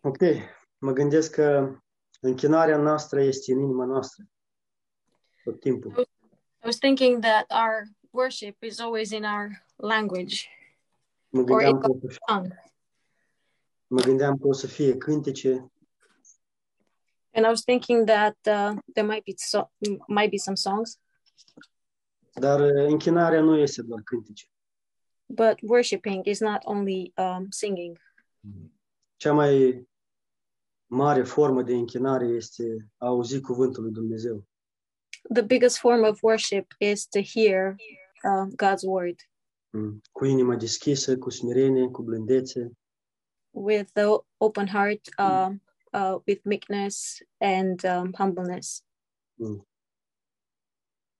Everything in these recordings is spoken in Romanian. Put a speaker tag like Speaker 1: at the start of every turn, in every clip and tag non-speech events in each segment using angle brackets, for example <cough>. Speaker 1: Ok, mă gândesc că închinarea noastră este în inima noastră tot timpul.
Speaker 2: I was thinking that our worship is always in our language
Speaker 1: Mă
Speaker 2: or in
Speaker 1: gândeam, că,
Speaker 2: our tongue.
Speaker 1: mă gândeam că o să fie cântece,
Speaker 2: And I was thinking that uh, there might be so- m- might be some songs,
Speaker 1: dar uh, închinarea nu este doar cântece.
Speaker 2: but worshiping is not only um, singing.
Speaker 1: Cea mai mare formă de închinare este a auzi cuvântul lui Dumnezeu.
Speaker 2: The biggest form of worship is to hear uh, God's word
Speaker 1: Mm. Cu inima deschisă, cu smerenie, cu blândețe,
Speaker 2: with the o- open heart, uh, uh, with meekness and um, humbleness.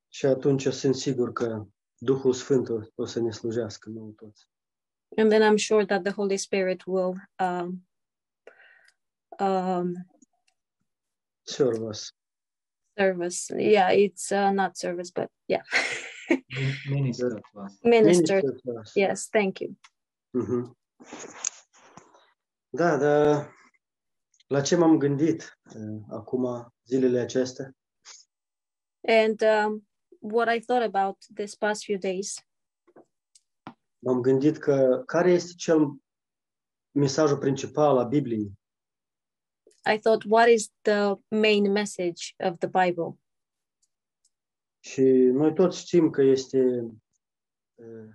Speaker 1: Și atunci eu sunt sigur că Duhul Sfânt o, o să ne slujească nouă toți.
Speaker 2: And then I'm sure that the Holy Spirit will um, um,
Speaker 1: Serve us.
Speaker 2: service. Yeah, it's uh, not service, but yeah, <laughs>
Speaker 3: Minister to us.
Speaker 1: Minister
Speaker 2: minister.
Speaker 1: to us.
Speaker 2: Yes, thank you.
Speaker 1: Mhm. Da, dar la ce m-am gândit uh, acum zilele acestea?
Speaker 2: And um, what I thought about this past few days
Speaker 1: M-am gândit că care este cel mesajul principal a Bibliei?
Speaker 2: I thought, what is the main message of the Bible?
Speaker 1: Și noi toți știm că este uh,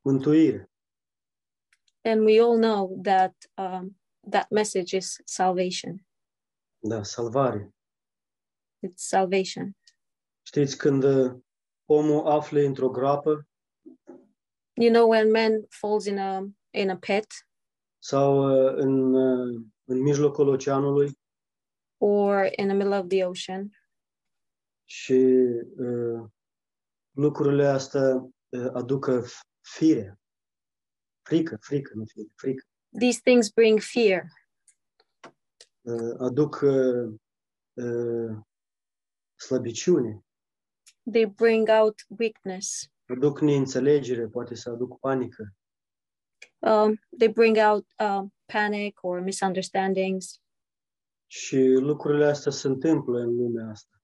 Speaker 1: mântuire.
Speaker 2: And we all know that um, that message is salvation.
Speaker 1: Da, salvare.
Speaker 2: It's salvation.
Speaker 1: Știți, când uh, omul afle într-o groapă
Speaker 2: You know, when man falls in a in a pit
Speaker 1: sau uh, în, uh, în mijlocul oceanului
Speaker 2: or in the middle of the ocean,
Speaker 1: și uh, lucrurile astea uh, aducă f- fire, frică, frică, nu fire, frică,
Speaker 2: these things bring fear.
Speaker 1: uh, aduc uh, uh, slăbiciune,
Speaker 2: They bring out weakness.
Speaker 1: aduc neînțelegere, poate să aduc panică.
Speaker 2: Um, they bring out um, panic or misunderstandings.
Speaker 1: Și lucrurile astea se întâmplă în lumea asta.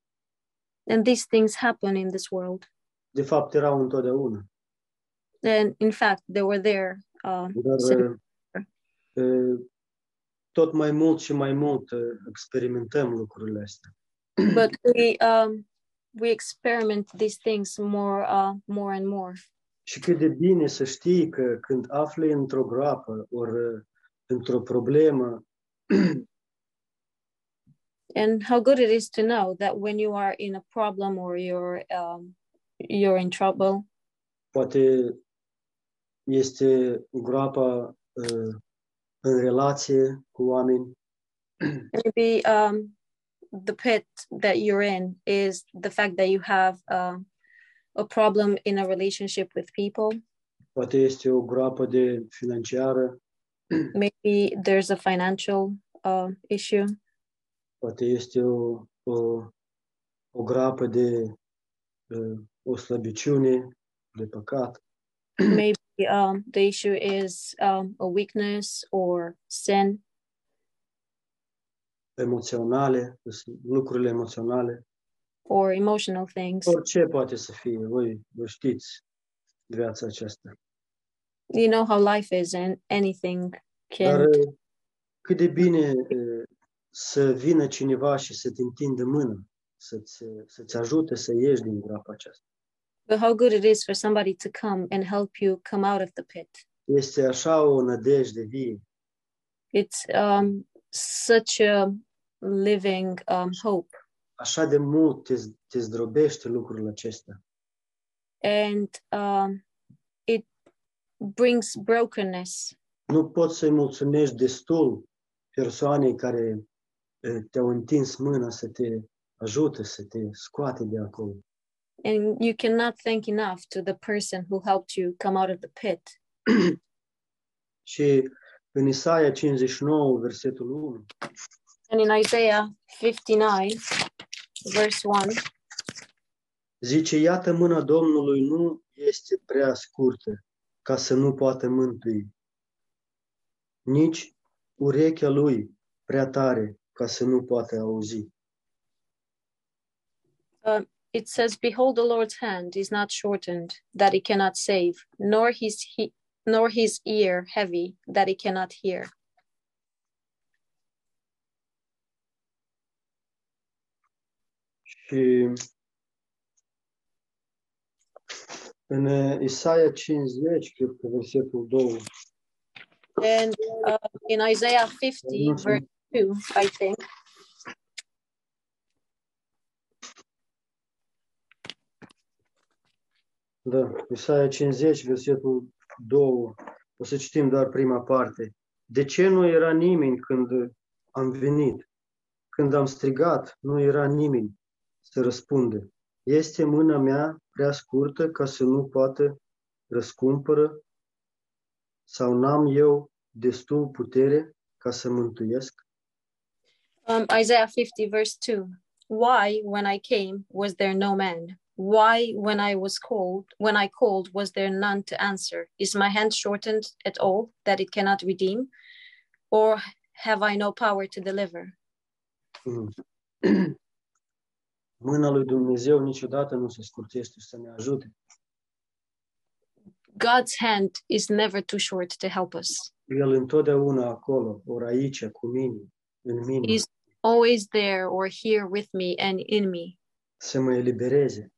Speaker 2: And these things happen in this world.
Speaker 1: De fapt, erau întotdeauna.
Speaker 2: And in fact, they were there. Um,
Speaker 1: Dar
Speaker 2: Se-
Speaker 1: uh, uh, tot mai mult și mai mult uh, experimentăm lucrurile astea.
Speaker 2: but we um, we experiment these things more uh, more and more.
Speaker 1: Și cât de bine să știi că când afli într-o groapă ori într-o problemă, <clears throat>
Speaker 2: And how good it is to know that when you are in a problem or you're um, you're in trouble,
Speaker 1: poate este groapa uh, în relație cu oameni,
Speaker 2: maybe um, the pit that you're in is the fact that you have um a problem in a relationship with people.
Speaker 1: poate este o groapă de financiară,
Speaker 2: Maybe there's a financial uh, issue.
Speaker 1: poate este o, o, o groapă de uh, o slăbiciune, de păcat.
Speaker 2: maybe um, the issue is um, a weakness or sin
Speaker 1: emoționale, sunt lucrurile emoționale,
Speaker 2: or emotional things.
Speaker 1: orice poate să fie, voi, voi știți viața aceasta.
Speaker 2: You know how life is, and anything
Speaker 1: Dar
Speaker 2: can.
Speaker 1: eh, cât de bine eh, să vină cineva și să te întindă mâna, să-ți, eh, să-ți ajute să ieși din groapa aceasta.
Speaker 2: But how good it is for somebody to come and help you come out of the pit.
Speaker 1: Este așa o nădejde vie,
Speaker 2: It's um, such a living um, hope,
Speaker 1: așa de mult te, te zdrobește lucrul acesta.
Speaker 2: and um, it brings brokenness.
Speaker 1: Nu poți să-i mulțumești destul persoanei care eh, te-au întins mâna să te ajute, să te scoate de acolo.
Speaker 2: And you cannot thank enough to the person who helped you come out of the pit.
Speaker 1: Și în Isaia 59, versetul 1,
Speaker 2: And in Isaiah 59, verse 1,
Speaker 1: zice, iată mâna Domnului nu este prea scurtă ca să nu poată mântui, nici urechea lui prea tare ca să nu poată auzi.
Speaker 2: It says, Behold, the Lord's hand is not shortened, that it cannot save, nor his, he- nor his ear heavy, that it cannot hear.
Speaker 1: Și în uh, Isaia 50, cred că versetul 2,
Speaker 2: And uh, in Isaiah 50,
Speaker 1: Mhm.
Speaker 2: verse 2, I think,
Speaker 1: Da, Isaia 50, versetul 2. O să citim doar prima parte. De ce nu era nimeni când am venit? Când am strigat, nu era nimeni să răspunde. Este mâna mea prea scurtă ca să nu poată răscumpără sau n-am eu destul putere ca să mântuiesc?
Speaker 2: um, Isaiah 50, verse 2. Why, when I came, was there no man? Why, when I was called, when I called, was there none to answer? Is my hand shortened at all that it cannot redeem? Or have I no power to deliver?
Speaker 1: Mm. <clears throat> Mâna lui Dumnezeu niciodată nu se scurtește să ne ajute.
Speaker 2: God's hand is never too short to help us.
Speaker 1: El întotdeauna acolo, ori aici, cu mine, în mine,
Speaker 2: He's always there or here with me and in me
Speaker 1: să mă elibereze,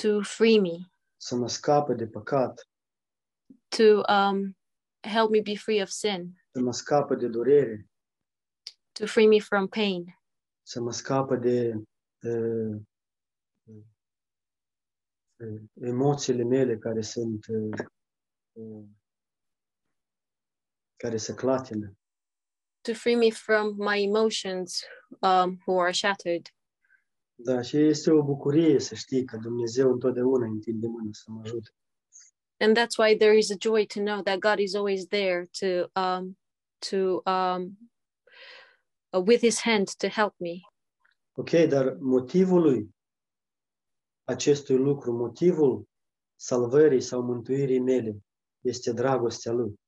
Speaker 2: to free me,
Speaker 1: să mă scape de păcat,
Speaker 2: to um, help me be free of sin,
Speaker 1: să mă scape de durere,
Speaker 2: to free me from pain,
Speaker 1: să mă scape de uh, uh, emoțiile mele care sunt uh, uh, care se clatină,
Speaker 2: to free me from my emotions um, who are shattered.
Speaker 1: Da, și este o bucurie să știi că Dumnezeu întotdeauna întinde mâna să mă ajute.
Speaker 2: And that's why there is a joy to know that God is always there to um, to um, uh, with His hand to help me.
Speaker 1: Ok, dar motivul lui acestui lucru, motivul salvării sau mântuirii mele este dragostea lui.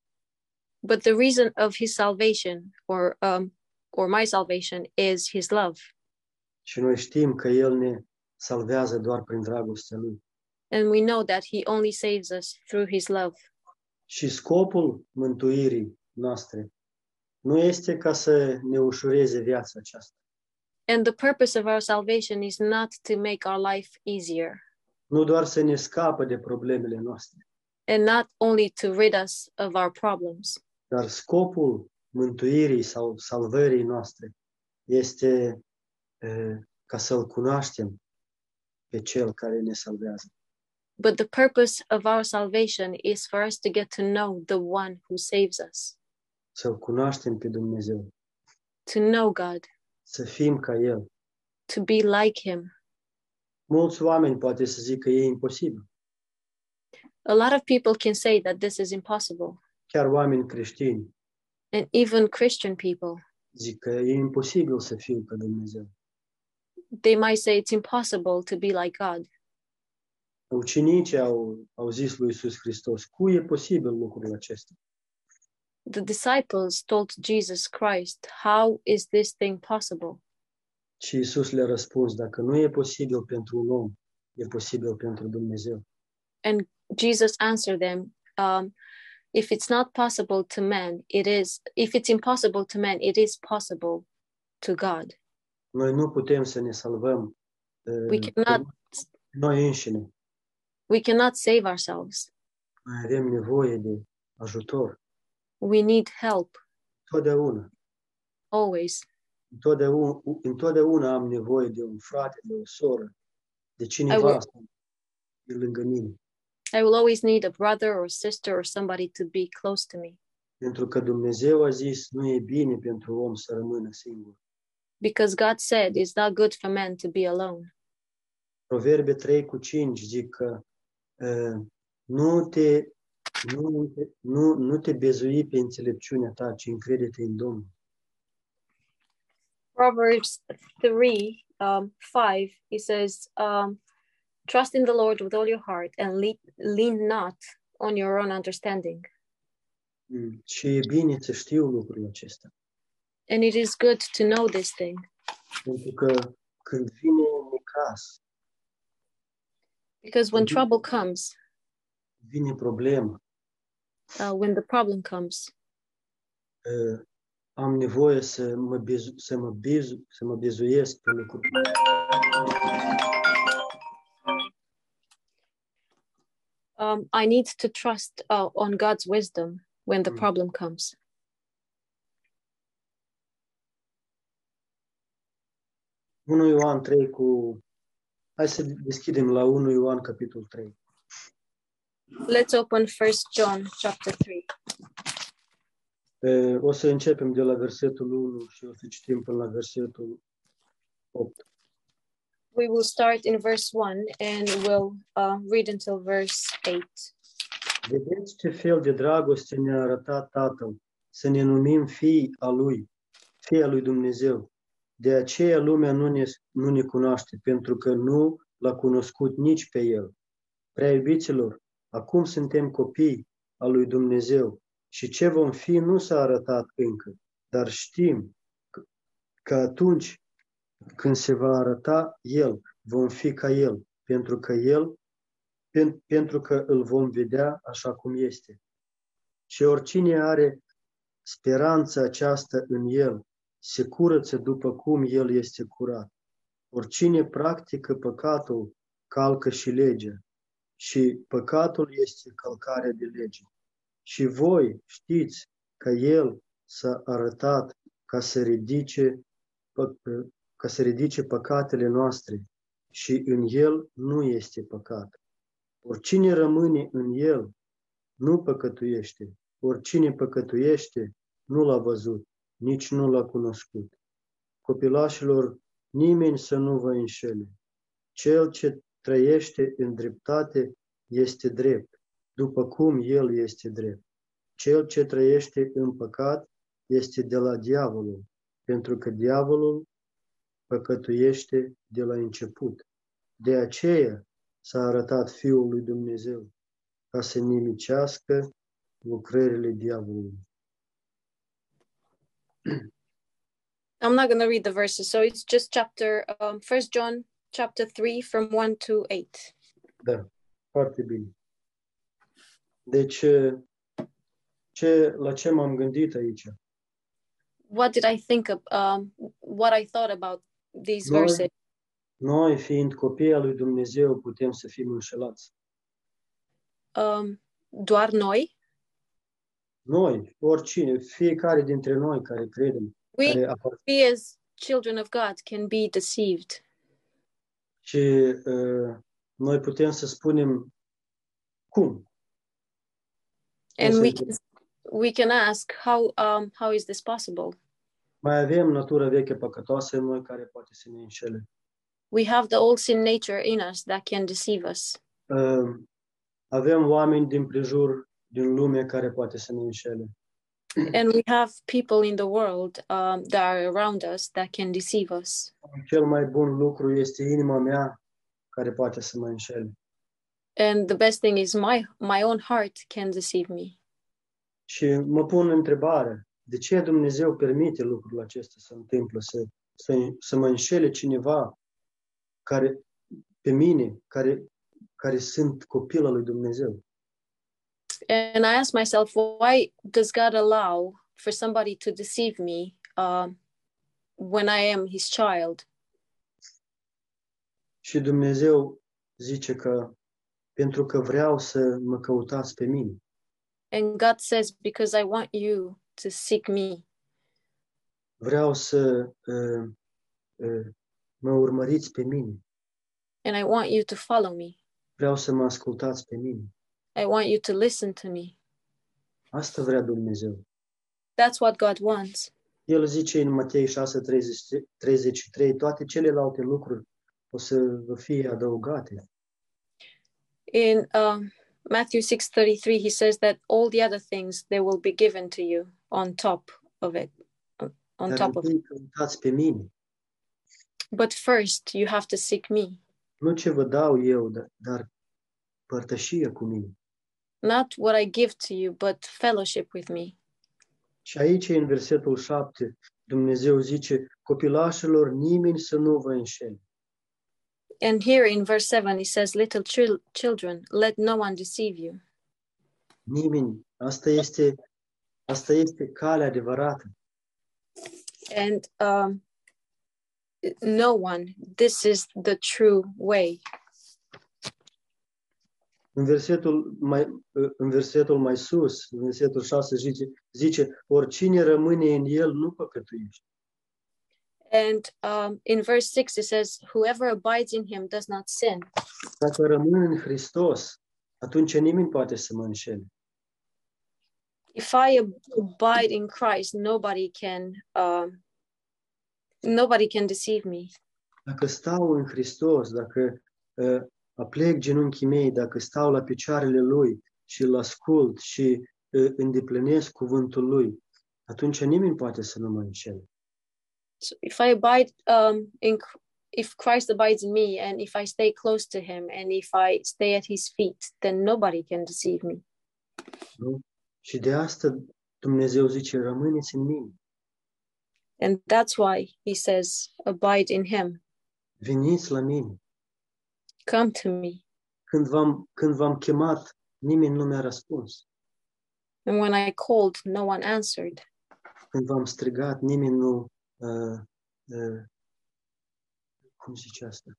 Speaker 2: But the reason of His salvation or um, or my salvation is His love.
Speaker 1: Și noi știm că el ne salvează doar prin dragostea lui.
Speaker 2: and we know that he only saves us through his love
Speaker 1: Și scopul mântuirii noastre nu este ca să ne ușureze viața aceasta.
Speaker 2: and the purpose of our salvation is not to make our life easier
Speaker 1: Nu doar să ne scapă de problemele noastre,
Speaker 2: and not only to rid us of our problems
Speaker 1: dar scopul mântuirii sau salvării noastre este eh, ca să-L cunoaștem pe Cel care ne salvează.
Speaker 2: but the purpose of our salvation is for us to get to know the one who saves us
Speaker 1: să-L cunoaștem pe Dumnezeu,
Speaker 2: to know god
Speaker 1: să fim ca El.
Speaker 2: to be like him
Speaker 1: Mulți oameni poate să zic că e imposibil,
Speaker 2: a lot of people can say that this is impossible
Speaker 1: chiar oameni creștini
Speaker 2: and even christian people
Speaker 1: zic că e imposibil să fiu ca Dumnezeu.
Speaker 2: they might say it's impossible to be like god
Speaker 1: Ucenicii au, au zis lui Iisus Hristos, cu e posibil lucrul acesta?
Speaker 2: the disciples told jesus christ how is this thing possible
Speaker 1: Și Iisus le-a răspuns, dacă nu e posibil pentru un om, e posibil pentru Dumnezeu.
Speaker 2: And Jesus answered them, um, if it's not possible to man, it is, if it's impossible to man, it is possible to God.
Speaker 1: Noi nu putem să ne salvăm eh,
Speaker 2: We cannot,
Speaker 1: noi înșine.
Speaker 2: we cannot save ourselves.
Speaker 1: Noi avem nevoie de ajutor.
Speaker 2: We need help
Speaker 1: Totdeauna.
Speaker 2: always.
Speaker 1: întotdeauna, întotdeauna am nevoie de un frate, de o soră, de cineva
Speaker 2: will-
Speaker 1: să de lângă mine,
Speaker 2: I will always need a brother or sister or somebody to be close to me
Speaker 1: pentru că Dumnezeu a zis nu e bine pentru om să rămână singur.
Speaker 2: because God said it's not good for man to be alone.
Speaker 1: Proverbe 3 cu 5 zic că uh, nu te, nu, te- nu, nu te bezui pe înțelepciunea ta, ci încrede-te în Domnul.
Speaker 2: Proverbs 3 um, 5, it says, um, Trust in the Lord with all your heart and lean, lean not on your own understanding.
Speaker 1: Mm. Și e bine să știu lucrul acesta.
Speaker 2: And it is good to know this thing
Speaker 1: Pentru că când vine necas,
Speaker 2: because when
Speaker 1: Mhm.
Speaker 2: trouble comes,
Speaker 1: vine problemă,
Speaker 2: uh, when the problem comes,
Speaker 1: uh, am nevoie să mă, bizu, să, mă bizu, să mă bizuiesc pe lucruri.
Speaker 2: um, I need to trust uh, on God's wisdom when the
Speaker 1: Mm.
Speaker 2: problem comes.
Speaker 1: Ioan 1 Ioan 3 cu... Hai să deschidem la 1 Ioan capitolul 3.
Speaker 2: Let's open First John chapter 3.
Speaker 1: Uh, O să începem de la versetul 1 și o să citim până la versetul 8.
Speaker 2: We will start in verse 1 and we'll uh, read until verse 8.
Speaker 1: Vedeți ce fel de dragoste ne-a arătat Tatăl, să ne numim fii a Lui, fii a Lui Dumnezeu. De aceea lumea nu ne, nu ne cunoaște, pentru că nu L-a cunoscut nici pe El. Prea iubiților, acum suntem copii al Lui Dumnezeu și ce vom fi nu s-a arătat încă, dar știm că- că atunci când se va arăta El, vom fi ca El, pentru că El pen- pentru că îl vom vedea așa cum este. Și oricine are speranța aceasta în el, se curăță după cum el este curat. Oricine practică păcatul, calcă și legea. Și păcatul este călcarea de lege. Și voi știți că el s-a arătat ca să ridice, pă- ca să ridice păcatele noastre și în el nu este păcat. Oricine rămâne în el nu păcătuiește. Oricine păcătuiește nu l-a văzut, nici nu l-a cunoscut. Copilașilor, nimeni să nu vă înșele. Cel ce trăiește în dreptate este drept, după cum el este drept. Cel ce trăiește în păcat este de la diavolul, pentru că diavolul păcătuiește de la început. De aceea, s-a arătat Fiul lui Dumnezeu ca să nimicească lucrările diavolului.
Speaker 2: I'm not going to read the verses, so it's just chapter um, First John chapter 3 from 1 to 8.
Speaker 1: Da, foarte bine. Deci, ce, la ce m-am gândit aici?
Speaker 2: What did I think of um, what I thought about these
Speaker 1: Lord.
Speaker 2: verses?
Speaker 1: Noi, fiind copii al lui Dumnezeu, putem să fim înșelați.
Speaker 2: Um, doar noi?
Speaker 1: Noi, oricine, fiecare dintre noi care credem,
Speaker 2: We,
Speaker 1: care apar-
Speaker 2: we as children of God can be deceived.
Speaker 1: și uh, noi putem să spunem cum?
Speaker 2: And we
Speaker 1: Yes,
Speaker 2: can, we can ask how um, how is this possible?
Speaker 1: Mai avem natura veche păcătoasă în noi care poate să ne înșele.
Speaker 2: We have the old sin nature in us that can deceive us.
Speaker 1: Uh, avem oameni din prejur, din lume, care poate să ne înșele.
Speaker 2: And we have people in the world um, that are around us that can deceive us.
Speaker 1: Cel mai bun lucru este inima mea care poate să mă înșele.
Speaker 2: And the best thing is my my own heart can deceive me.
Speaker 1: Și mă pun întrebarea, de ce Dumnezeu permite lucrul acesta să întâmplă, să, să, să mă înșele cineva care pe mine, care, care sunt copil al lui Dumnezeu?
Speaker 2: And I ask myself, why does God allow for somebody to deceive me um, when I am His child?
Speaker 1: Și Dumnezeu zice că pentru că vreau să mă căutați pe mine.
Speaker 2: And God says, because I want you to seek me.
Speaker 1: vreau să uh, uh, mă urmăriți pe mine,
Speaker 2: and I want you to follow me.
Speaker 1: vreau să mă ascultați pe mine.
Speaker 2: I want you to listen to me.
Speaker 1: Asta vrea Dumnezeu.
Speaker 2: That's what God wants.
Speaker 1: El zice în Matei 6, 33, toate celelalte lucruri o să vă fie adăugate.
Speaker 2: In um, Matthew 6:33 he says that all the other things they will be given to you on top of it on- on
Speaker 1: Dar
Speaker 2: top of it.
Speaker 1: întâi căutați pe mine.
Speaker 2: But first you have to seek me.
Speaker 1: Nu ce vă dau eu, dar, dar părtășie da, cu mine.
Speaker 2: Not what I give to you, but fellowship with me.
Speaker 1: Și aici, în versetul 7, Dumnezeu zice, copilașilor, nimeni să nu vă înșele.
Speaker 2: And here in verse 7, it says, Little chil- children, let no one deceive you.
Speaker 1: Nimeni. Asta este, asta este calea adevărată.
Speaker 2: And um, no one, this is the true way.
Speaker 1: În versetul mai, în versetul mai sus, în versetul 6, zice, zice, oricine rămâne în el nu păcătuiește.
Speaker 2: And um, in verse 6, it says, Whoever abides in him does not sin.
Speaker 1: Dacă rămân în Hristos, atunci nimeni poate să mă înșele.
Speaker 2: If I abide in Christ, nobody can. Um, Nobody can deceive me.
Speaker 1: Dacă stau în Hristos, dacă uh, aplec genunchii mei, dacă stau la picioarele Lui și îl ascult și uh, îndeplinesc cuvântul Lui, atunci nimeni poate să nu mă înșele.
Speaker 2: So if I abide um, in, if Christ abides in me, and if I stay close to Him, and if I stay at His feet, then nobody can deceive me.
Speaker 1: Nu? Și de asta Dumnezeu zice, rămâneți în mine.
Speaker 2: And that's why He says, "Abide in Him.
Speaker 1: Veniți la mine.
Speaker 2: Come to me."
Speaker 1: Când v-am, când v-am chemat, nimeni nu mi-a răspuns.
Speaker 2: And when I called, no one answered.
Speaker 1: Când v-am strigat, nimeni nu... Uh, uh, cum zice asta?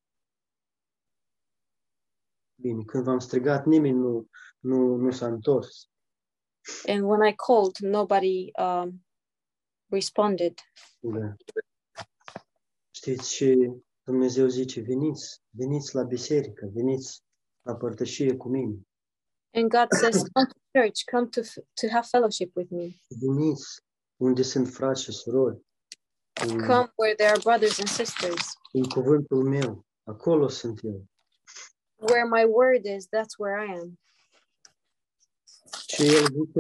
Speaker 1: Bine, când v-am strigat, nimeni nu, nu, nu s-a întors.
Speaker 2: And when I called, nobody um, responded.
Speaker 1: Da. Știți, și Dumnezeu zice, veniți, veniți la biserică, veniți la părtășie cu mine,
Speaker 2: And God says, "Come to church. Come to f- to have fellowship with me.
Speaker 1: veniți unde sunt frați și surori, în,
Speaker 2: Come where there are brothers and sisters.
Speaker 1: în cuvântul meu, acolo sunt eu.
Speaker 2: Where my word is, that's where I am."
Speaker 1: Și el zice,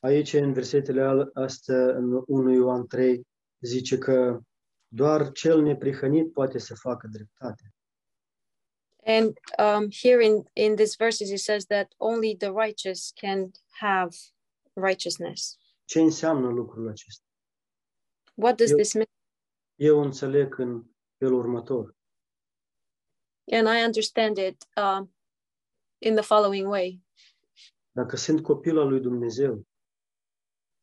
Speaker 1: aici în versetele al- astea, în 1 Ioan 3, zice că doar cel neprihănit poate să facă dreptate.
Speaker 2: And um, here in in these verses, it says that only the righteous can have righteousness.
Speaker 1: Ce înseamnă lucrul acesta?
Speaker 2: What does
Speaker 1: Yep.
Speaker 2: this mean?
Speaker 1: Eu înțeleg în felul următor.
Speaker 2: And I understand it um, in the following way:
Speaker 1: Dacă sunt copil al lui Dumnezeu,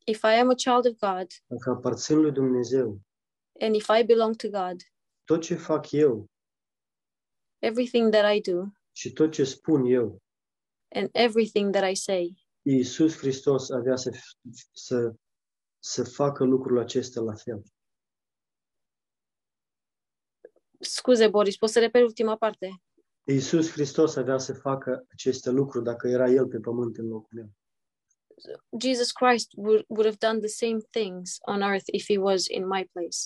Speaker 2: If I am a child of God,
Speaker 1: dacă aparțin lui Dumnezeu,
Speaker 2: and if I belong to God,
Speaker 1: tot ce fac eu
Speaker 2: everything that I do
Speaker 1: și tot ce spun eu,
Speaker 2: and everything that I say
Speaker 1: Iisus Hristos avea să, să, să facă lucrul acesta la fel.
Speaker 2: Scuze, Boris, poți să reperi ultima parte?
Speaker 1: Iisus Hristos avea să facă aceste lucruri dacă era El pe pământ în locul meu.
Speaker 2: Jesus Christ would, would have done the same things on earth if he was in my place.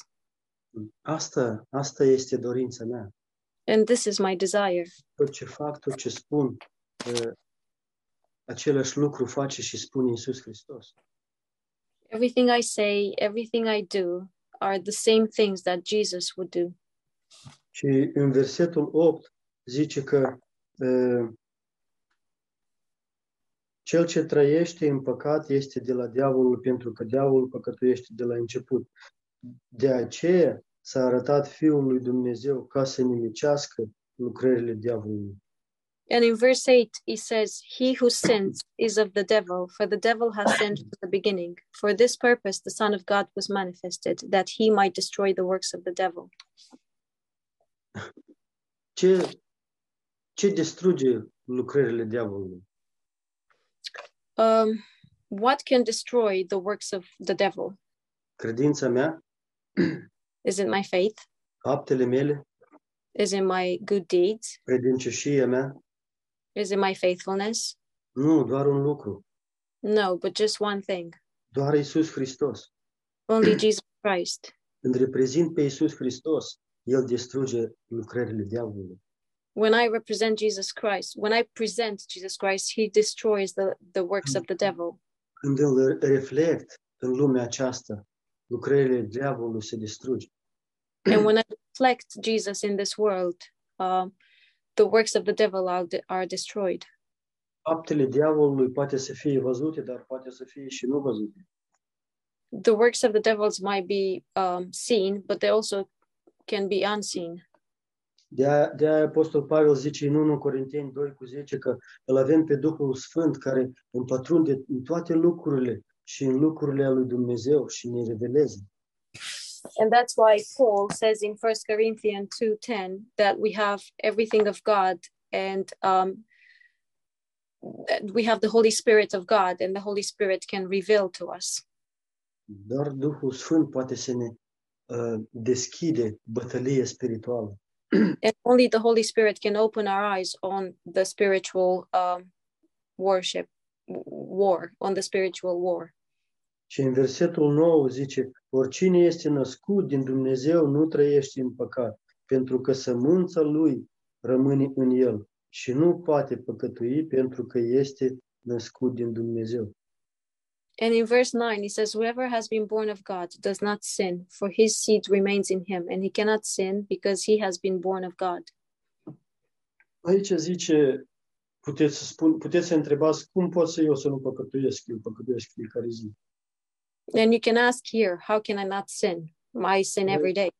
Speaker 1: Asta, asta este dorința mea.
Speaker 2: And this is my desire.
Speaker 1: Tot ce fac, tot ce spun, eh, același lucru face și spune Iisus Hristos.
Speaker 2: Everything I say, everything I do are the same things that Jesus would do.
Speaker 1: Și în versetul 8 zice că eh, cel ce trăiește în păcat este de la diavolul, pentru că diavolul păcătuiește de la început. De aceea s-a arătat Fiul lui Dumnezeu ca să nimicească lucrările diavolului.
Speaker 2: And in verse 8, he says, He who sins is of the devil, for the devil has sinned from the beginning. For this purpose, the Son of God was manifested, that he might destroy the works of the devil.
Speaker 1: Ce, ce distruge lucrările diavolului?
Speaker 2: Um, what can destroy the works of the devil?
Speaker 1: Credința mea,
Speaker 2: Is it my faith?
Speaker 1: faptele mele,
Speaker 2: Is it my good deeds?
Speaker 1: credincioșia mea?
Speaker 2: Is it my faithfulness?
Speaker 1: Nu, doar un lucru.
Speaker 2: No, but just one thing
Speaker 1: Doar Isus Hristos.
Speaker 2: only Jesus Christ.
Speaker 1: Când reprezint pe Isus Hristos, El distruge lucrările diavolului.
Speaker 2: When I represent Jesus Christ, when I present Jesus Christ, he destroys the, the works of the devil.
Speaker 1: Când îl reflect în lumea aceasta, lucrările diavolului se distruge.
Speaker 2: And when I reflect Jesus in this world, um, the works of the devil are, de- are destroyed.
Speaker 1: Faptele diavolului poate să fie văzute, dar poate să fie și nu văzute.
Speaker 2: The works of the devils might be um, seen, but they also can be unseen.
Speaker 1: De aia, de aia Apostol Pavel zice în 1 Corinteni 2 cu 10 că îl avem pe Duhul Sfânt care împătrunde în toate lucrurile și în lucrurile lui Dumnezeu și ne reveleze.
Speaker 2: And that's why Paul says in 1 Corinthians 2:10 that we have everything of God and um, that we have the Holy Spirit of God and the Holy Spirit can reveal to us.
Speaker 1: Doar Duhul Sfânt poate să ne uh, deschide bătălie spirituală.
Speaker 2: And only the Holy Spirit can open our eyes on the spiritual um, worship w- war, on the spiritual war.
Speaker 1: Și în versetul 9 zice, oricine este născut din Dumnezeu nu trăiește în păcat, pentru că sămânța lui rămâne în el și nu poate păcătui pentru că este născut din Dumnezeu.
Speaker 2: And in verse 9, he says, Whoever has been born of God does not sin, for his seed remains in him, and he cannot sin because he has been born of God.
Speaker 1: Aici zice, puteți să, spun, puteți să întrebați cum pot să eu să nu păcătuiesc, eu păcătuiesc fiecare zi.
Speaker 2: And you can ask here, How can I not sin? I sin every day.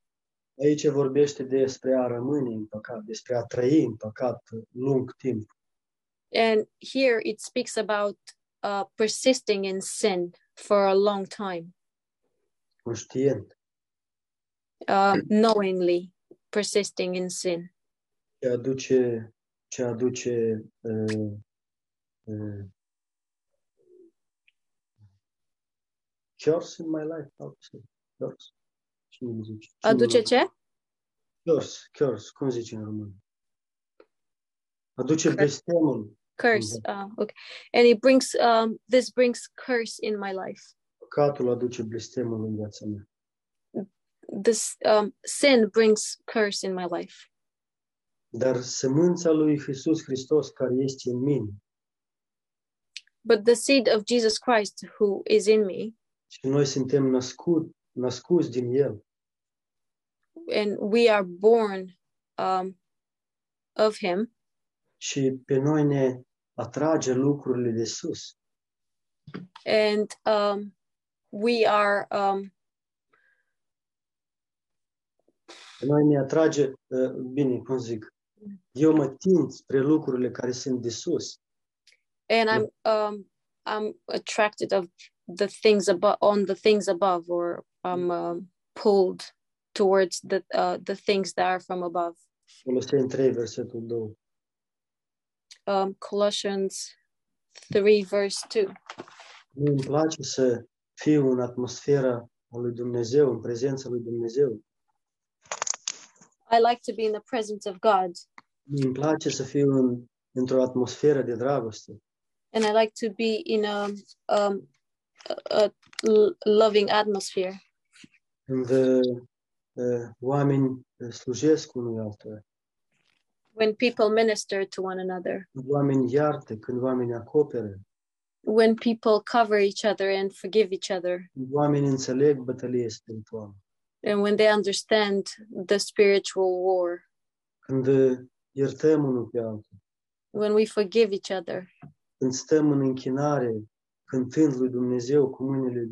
Speaker 1: Aici vorbește despre a rămâne în păcat, despre a trăi în păcat lung timp.
Speaker 2: And here it speaks about uh, persisting in sin for a long time,
Speaker 1: conștient.
Speaker 2: uh, knowingly persisting in sin.
Speaker 1: Ce aduce, ce aduce uh, uh, curse in my life, how to say, curse. Cine îmi zice? Cine îmi
Speaker 2: Aduce ce?
Speaker 1: Curse, curse, cum zice în română? Aduce
Speaker 2: Curse.
Speaker 1: blestemul,
Speaker 2: Curse. Uh, okay. And it brings, um, this brings curse in my life.
Speaker 1: păcatul aduce blestemul în viața mea.
Speaker 2: This um, sin brings curse in my life.
Speaker 1: Dar sămânța lui Hristos Hristos care este în mine
Speaker 2: But the seed of Jesus Christ who is in me,
Speaker 1: și noi suntem născut, născuți din El,
Speaker 2: and we are born um, of him,
Speaker 1: și pe noi ne atrage lucrurile de sus.
Speaker 2: and um, we are um,
Speaker 1: Pe noi ne atrage, uh, bine, cum zic, eu mă tind spre lucrurile care sunt de sus.
Speaker 2: and I'm um I'm attracted of the things above on the things above, or I'm um, pulled towards the uh, the things that are from above.
Speaker 1: Folosem 3, versetul 2.
Speaker 2: Um, Colossians three verse two.
Speaker 1: Mie îmi place să fiu în atmosfera a lui Dumnezeu, în prezența lui Dumnezeu.
Speaker 2: I like to be in the presence of God,
Speaker 1: Mie îmi place să fiu în, într-o atmosferă de dragoste.
Speaker 2: and I like to be in a um a, a l- loving atmosphere
Speaker 1: când uh, uh, oameni uh, slujesc unul altuia,
Speaker 2: when people minister to one another,
Speaker 1: când oameni iartă, când oameni acopere,
Speaker 2: when people cover each other and forgive each other,
Speaker 1: când oameni înțeleg bătălie spirituală,
Speaker 2: and when they understand the spiritual war.
Speaker 1: când uh, iertăm unul pe altul,
Speaker 2: when we forgive each other,
Speaker 1: când stăm în închinare, cântând lui Dumnezeu cu mâinile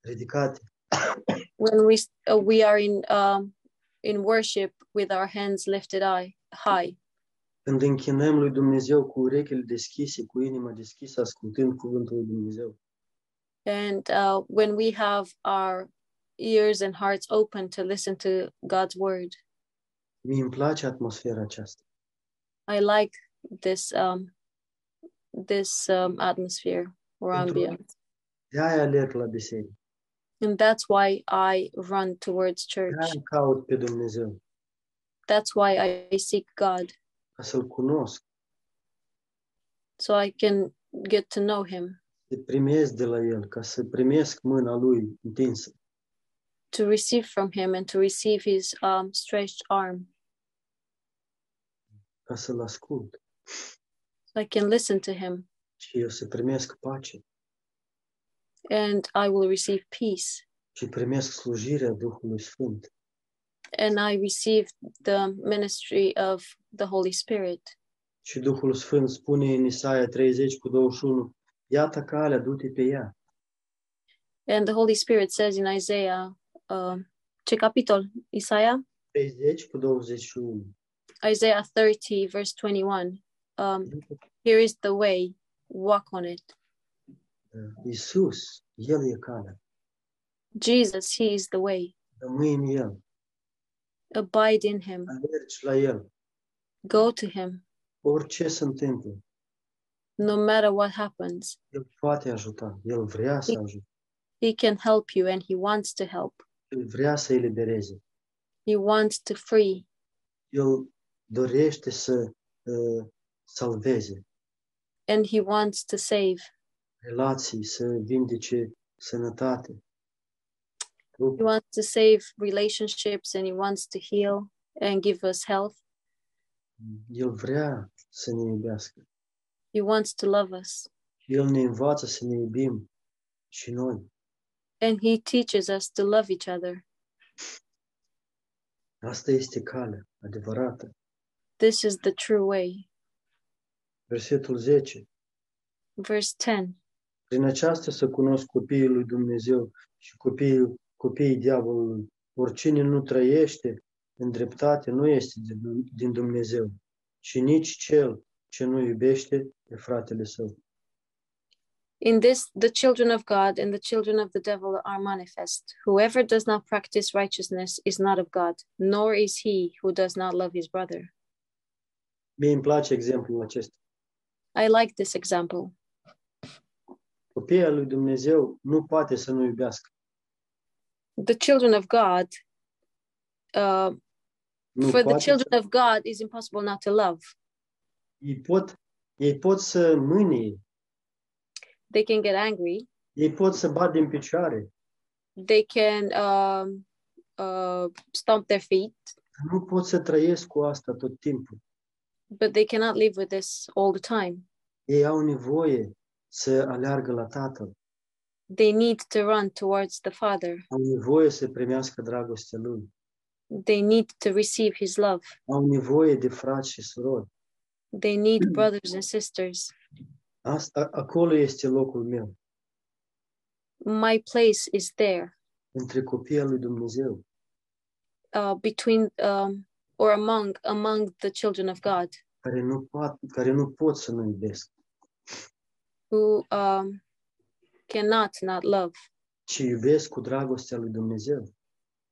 Speaker 1: ridicate,
Speaker 2: when we uh, we are in um, in worship with our hands lifted high, high,
Speaker 1: când închinăm lui Dumnezeu cu urechile deschise, cu inima deschisă, ascultând cuvântul lui Dumnezeu,
Speaker 2: and uh, when we have our ears and hearts open to listen to God's word.
Speaker 1: mi îmi place atmosfera aceasta.
Speaker 2: I like this um, this um, atmosphere or
Speaker 1: Into-
Speaker 2: ambience,
Speaker 1: De aia alerg la biserică,
Speaker 2: and that's why I run towards
Speaker 1: de
Speaker 2: church.
Speaker 1: aia caut pe Dumnezeu,
Speaker 2: That's why I seek God
Speaker 1: ca să-L cunosc,
Speaker 2: so I can get to know Him,
Speaker 1: să primesc de la El, ca să primesc mâna Lui întinsă.
Speaker 2: to receive from Him, and to receive His um, stretched arm.
Speaker 1: ca să-L ascult
Speaker 2: I can listen to him
Speaker 1: și eu să primesc pace
Speaker 2: and I will receive peace
Speaker 1: și primesc slujirea Duhului Sfânt.
Speaker 2: and I receive the ministry of the Holy Spirit.
Speaker 1: Și Duhul Sfânt spune în Isaia 30 cu 21, iată calea, du-te pe ea.
Speaker 2: And the Holy Spirit says in Isaiah, uh, ce capitol? Isaia?
Speaker 1: 30 cu 21.
Speaker 2: Isaiah 30, verse 21. Um, here is the way, walk on it.
Speaker 1: Isus, El e calea.
Speaker 2: Jesus, He is the way.
Speaker 1: Rămâi în El,
Speaker 2: Abide in Him.
Speaker 1: alergi la El,
Speaker 2: Go to Him,
Speaker 1: orice se întâmplă.
Speaker 2: no matter what happens.
Speaker 1: El poate ajuta, El vrea să ajute,
Speaker 2: He can help you and He wants to help.
Speaker 1: El vrea să elibereze.
Speaker 2: He wants to free.
Speaker 1: El dorește să uh, salveze
Speaker 2: and he wants to save.
Speaker 1: relații, să vindece sănătate.
Speaker 2: He wants to save relationships and he wants to heal and give us health.
Speaker 1: El vrea să ne iubească.
Speaker 2: He wants to love us
Speaker 1: El ne învață să ne iubim și noi.
Speaker 2: and he teaches us to love each other.
Speaker 1: Asta este calea adevărată.
Speaker 2: This is the true way.
Speaker 1: Versetul 10.
Speaker 2: Verse 10
Speaker 1: Prin aceasta să cunosc copiii lui Dumnezeu și copiii, copiii diavolului. Oricine nu trăiește în dreptate nu este din, din Dumnezeu și nici cel ce nu iubește pe fratele său.
Speaker 2: In this, the children of God and the children of the devil are manifest. Whoever does not practice righteousness is not of God, nor is he who does not love his brother.
Speaker 1: Mie îmi place exemplul acesta.
Speaker 2: I like this example.
Speaker 1: Copiii lui Dumnezeu nu poate să nu iubească.
Speaker 2: The children of God, uh,
Speaker 1: Nu
Speaker 2: for the
Speaker 1: poate
Speaker 2: children of God, is impossible not to love.
Speaker 1: ei pot, ei pot să mânie,
Speaker 2: they can get angry
Speaker 1: ei pot să bat din picioare,
Speaker 2: they can um, uh, stomp their feet
Speaker 1: dar nu pot să trăiesc cu asta tot timpul.
Speaker 2: but they cannot live with this all the time
Speaker 1: Ei au nevoie să aleargă la Tatăl,
Speaker 2: they need to run towards the father
Speaker 1: au nevoie să primească dragostea Lui,
Speaker 2: they need to receive his love
Speaker 1: au nevoie de frați și surori.
Speaker 2: they need brothers and sisters
Speaker 1: Asta, acolo este locul meu,
Speaker 2: my place is there
Speaker 1: între copiii lui Dumnezeu.
Speaker 2: uh, between um, or among among the children of god
Speaker 1: Care nu, pot, care nu pot să nu iubesc,
Speaker 2: who um, cannot not love
Speaker 1: ci iubesc cu dragostea lui Dumnezeu,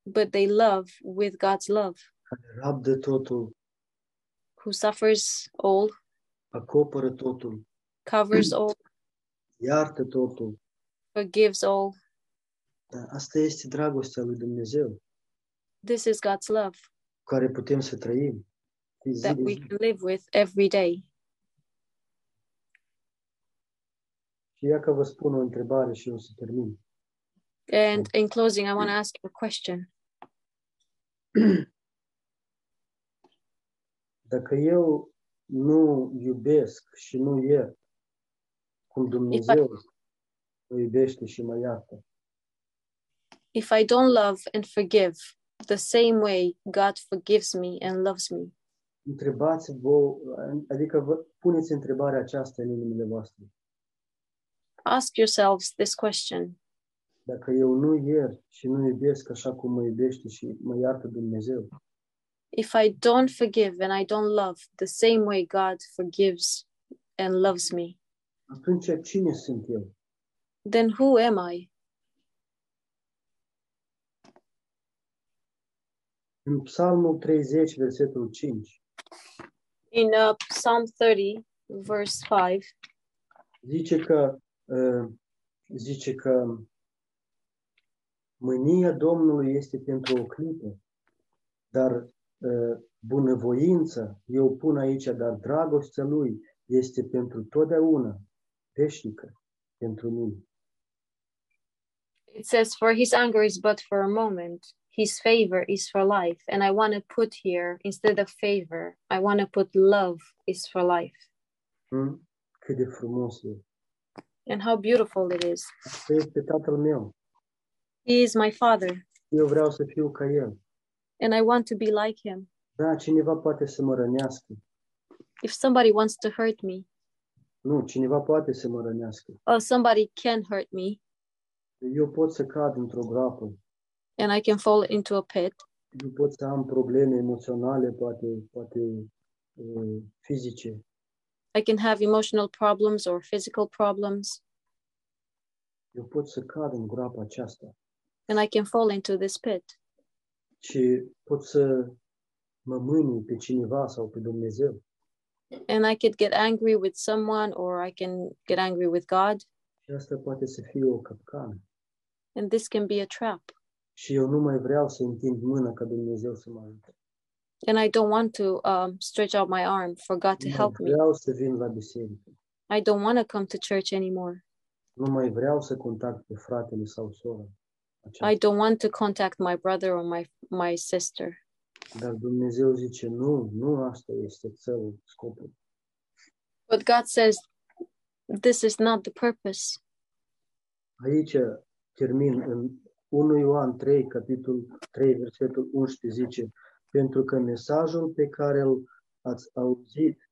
Speaker 2: but they love with god's love
Speaker 1: care rabdă totul,
Speaker 2: who suffers all
Speaker 1: acoperă totul,
Speaker 2: covers all
Speaker 1: iartă totul,
Speaker 2: forgives all
Speaker 1: Dar asta este dragostea lui Dumnezeu, cu
Speaker 2: this is God's love
Speaker 1: care putem să trăim. Zi de
Speaker 2: that we
Speaker 1: zi.
Speaker 2: can live with every day.
Speaker 1: Și ia că vă spun o întrebare și eu o să termin.
Speaker 2: And in closing, I want to ask you a question.
Speaker 1: Dacă eu nu iubesc și nu iert, cum Dumnezeu mă iubește și mă iartă,
Speaker 2: If I don't love and forgive the same way God forgives me and loves me,
Speaker 1: întrebați vă, adică vă puneți întrebarea aceasta în inimile voastre.
Speaker 2: ask yourselves this question
Speaker 1: Dacă eu nu iert și nu iubesc așa cum mă iubește și mă iartă Dumnezeu,
Speaker 2: If I don't forgive and I don't love the same way God forgives and loves me,
Speaker 1: atunci cine sunt eu?
Speaker 2: then who am I?
Speaker 1: În Psalmul 30, versetul 5,
Speaker 2: In uh, Psalm 30, verse 5,
Speaker 1: zice că uh, zice că mânia Domnului este pentru o clipă, dar uh, bunăvoința, eu pun aici, dar dragostea lui este pentru totdeauna, veșnică, pentru mine.
Speaker 2: It says, For his anger is but for a moment, his favor is for life. And I want to put here, instead of favor, I want to put love is for life.
Speaker 1: Hmm? Cât de frumos e.
Speaker 2: And how beautiful it is.
Speaker 1: Asta este tatăl meu.
Speaker 2: He is my father,
Speaker 1: Eu vreau să fiu ca el.
Speaker 2: and I want to be like him.
Speaker 1: Da, cineva poate să mă rănească,
Speaker 2: If somebody wants to hurt me,
Speaker 1: Nu, cineva poate să mă rănească.
Speaker 2: or somebody can hurt me,
Speaker 1: Eu pot să cad într-o groapă,
Speaker 2: and I can fall into a pit,
Speaker 1: eu pot să am probleme emoționale, poate, poate eh, fizice,
Speaker 2: I can have emotional problems or physical problems,
Speaker 1: eu pot să cad în groapa aceasta
Speaker 2: and I can fall into this pit.
Speaker 1: și pot să mă mâni pe cineva sau pe Dumnezeu
Speaker 2: And I could get angry with someone, or I can get angry with God,
Speaker 1: și asta poate să fie o capcană.
Speaker 2: and this can be a trap.
Speaker 1: Și eu nu mai vreau să întind mâna ca Dumnezeu să mă ajute.
Speaker 2: And I don't want to um, stretch out my arm for God to
Speaker 1: Nu
Speaker 2: help
Speaker 1: mai
Speaker 2: me.
Speaker 1: vreau să vin la biserică.
Speaker 2: I don't want to come to church anymore.
Speaker 1: Nu mai vreau să contact pe fratele sau sora.
Speaker 2: I
Speaker 1: Aceasta.
Speaker 2: don't want to contact my brother or my my sister.
Speaker 1: Dar Dumnezeu zice, nu, nu asta este țelul, scopul.
Speaker 2: But God says, this is not the purpose.
Speaker 1: Aici termin în 1 Ioan 3, capitolul 3, versetul 11, zice, pentru că mesajul pe care îl ați auzit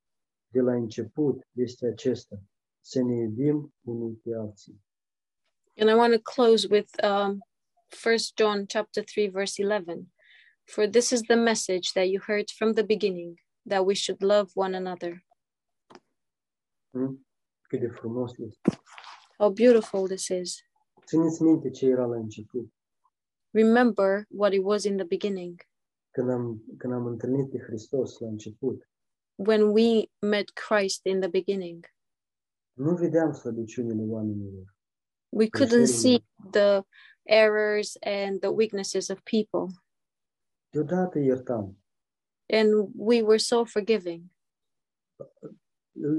Speaker 1: de la început este acesta, să ne iubim unii pe alții.
Speaker 2: And I want to close with um, 1 John chapter 3 verse 11. For this is the message that you heard from the beginning, that we should love one another.
Speaker 1: Hmm? Cât de frumos este.
Speaker 2: How beautiful this is.
Speaker 1: Țineți minte ce era la început,
Speaker 2: Remember what it was in the beginning.
Speaker 1: când am, când am întâlnit pe Hristos la început.
Speaker 2: When we met Christ in the beginning,
Speaker 1: Nu vedeam slăbiciunile oamenilor.
Speaker 2: we couldn't see the errors and the weaknesses of people.
Speaker 1: Deodată iertam.
Speaker 2: And we were so forgiving.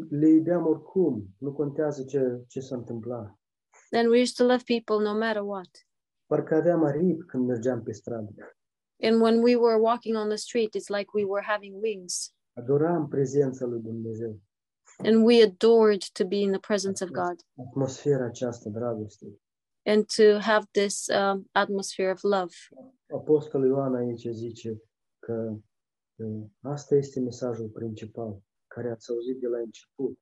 Speaker 1: Le iubeam oricum. Nu contează ce, ce s-a întâmplat.
Speaker 2: And we used to love people no matter what.
Speaker 1: Parcă aveam aripi când mergeam pe stradă.
Speaker 2: And when we were walking on the street, it's like we were having wings.
Speaker 1: Adoram prezența lui Dumnezeu.
Speaker 2: And we adored to be in the presence of God
Speaker 1: Atmosfera aceasta, dragoste.
Speaker 2: and to have this um, atmosphere of love.
Speaker 1: Apostolul Ioan aici zice că uh, asta este mesajul principal care ați auzit de la început.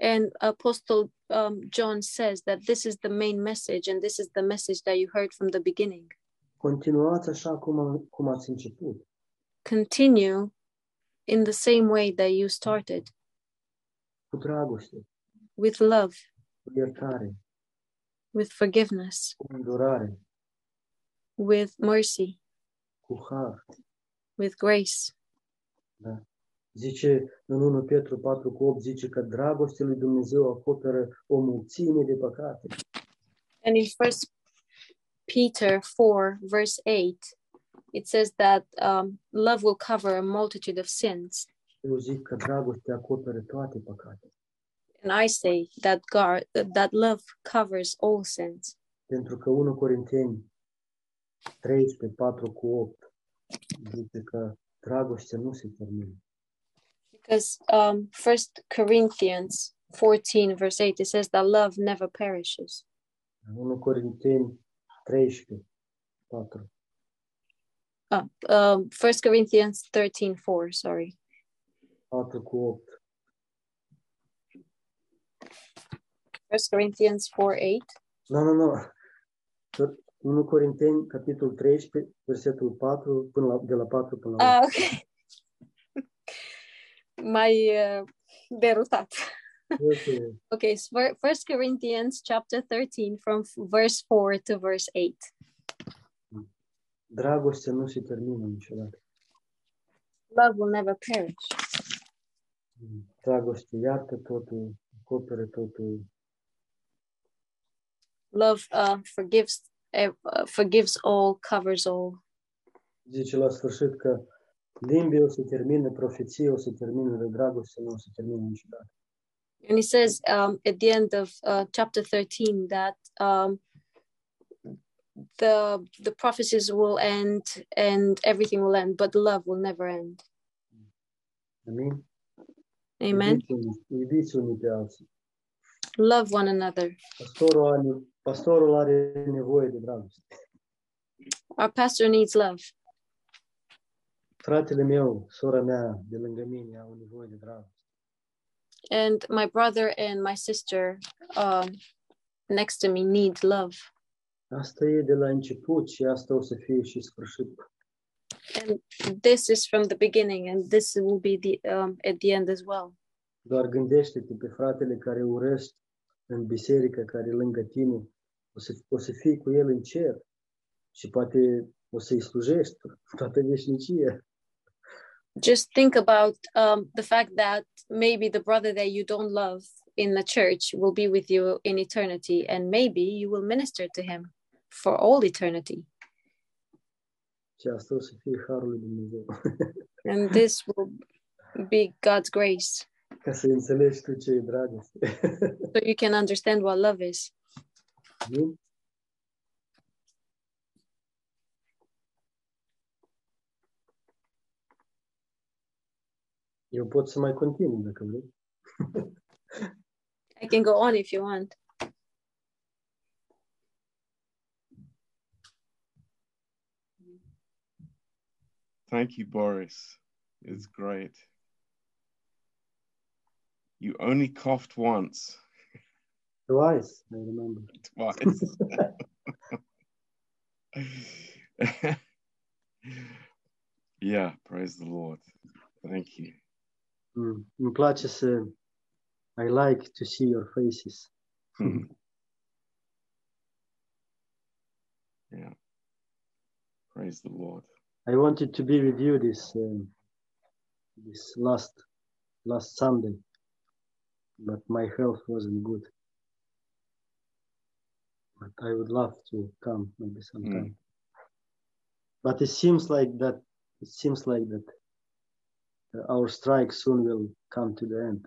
Speaker 2: And Apostle um, John says that this is the main message, and this is the message that you heard from the beginning.
Speaker 1: Continuați așa cum, a- cum ați început.
Speaker 2: Continue in the same way that you started
Speaker 1: Cu dragoste,
Speaker 2: with love,
Speaker 1: cu iertare,
Speaker 2: with forgiveness,
Speaker 1: cu îndurare,
Speaker 2: with mercy,
Speaker 1: cu har.
Speaker 2: with grace.
Speaker 1: Zice în 1 Petru 4 cu 8, zice că dragostea lui Dumnezeu acoperă o mulțime de păcate.
Speaker 2: And in First Peter four verse eight, it says that um, love will cover a multitude of sins.
Speaker 1: Eu zic că dragostea acoperă toate păcatele,
Speaker 2: And I say that God that love covers all sins.
Speaker 1: pentru că 1 Corinteni 13, 4 cu 8 zice că dragostea nu se termină.
Speaker 2: Because um, First Corinthians fourteen verse eight, it says that love never perishes.
Speaker 1: 1 Corinteni 13, 4.
Speaker 2: Uh, um, First Corinthians thirteen four. Sorry.
Speaker 1: 4 cu 8.
Speaker 2: First Corinthians four eight.
Speaker 1: Nu, nu, nu. 1 Corinteni, capitolul 13, versetul 4, până la, de la 4 până la 8.
Speaker 2: Ah, ok. Mai uh, derutat.
Speaker 1: Este
Speaker 2: Okay, so fir- First Corinthians chapter 13 from f- verse 4 to verse 8.
Speaker 1: Dragostea nu se termină niciodată.
Speaker 2: Love will never perish.
Speaker 1: Dragostea iartă totul, acoperă totul,
Speaker 2: Love uh, forgives ev- uh, forgives all, covers all.
Speaker 1: zice la sfârșit că limbii o să termine, profeție o să termine, de dragoste nu o să termine niciodată.
Speaker 2: And he says um, at the end of uh, chapter 13 that um, the the prophecies will end and everything will end, but love will never end.
Speaker 1: Amin?
Speaker 2: Amen.
Speaker 1: Iubiți unii, iubiți unii pe alții.
Speaker 2: Love one another.
Speaker 1: Pastorul are, pastorul are nevoie de dragoste.
Speaker 2: Our pastor needs love.
Speaker 1: fratele meu, sora mea de lângă mine au nevoie de dragoste.
Speaker 2: and my brother and my sister um, next to me need love.
Speaker 1: Asta e de la început și asta o să fie și sfârșit.
Speaker 2: And this is from the beginning, and this will be the um, at the end as well.
Speaker 1: Doar gândește-te pe fratele care urăști în biserică, care e lângă tine, o să, o să fii cu el în cer și poate o să-i slujești toată veșnicia.
Speaker 2: Just think about um, the fact that maybe the brother that you don't love in the church will be with you in eternity, and maybe you will minister to him for all eternity.
Speaker 1: Și asta o să fie harul lui Dumnezeu. <laughs>
Speaker 2: And this will be God's grace,
Speaker 1: Ca să înțelegi tu ce e dragoste. <laughs>
Speaker 2: so you can understand what love is.
Speaker 1: Nu? Eu pot să mai continui dacă vrei.
Speaker 2: I can go on if you want.
Speaker 4: Thank you, Boris. It's great. You only coughed once,
Speaker 1: Twice, I remember.
Speaker 4: twice. <laughs> yeah, praise the Lord. Thank you.
Speaker 1: Mm. Îmi place să... I like to see your faces.
Speaker 4: Hmm. yeah. Praise the Lord.
Speaker 1: I wanted to be with you this um, this last last Sunday, but my health wasn't good. But I would love to come maybe sometime. But it seems like that it seems like that uh, our strike soon will come to the end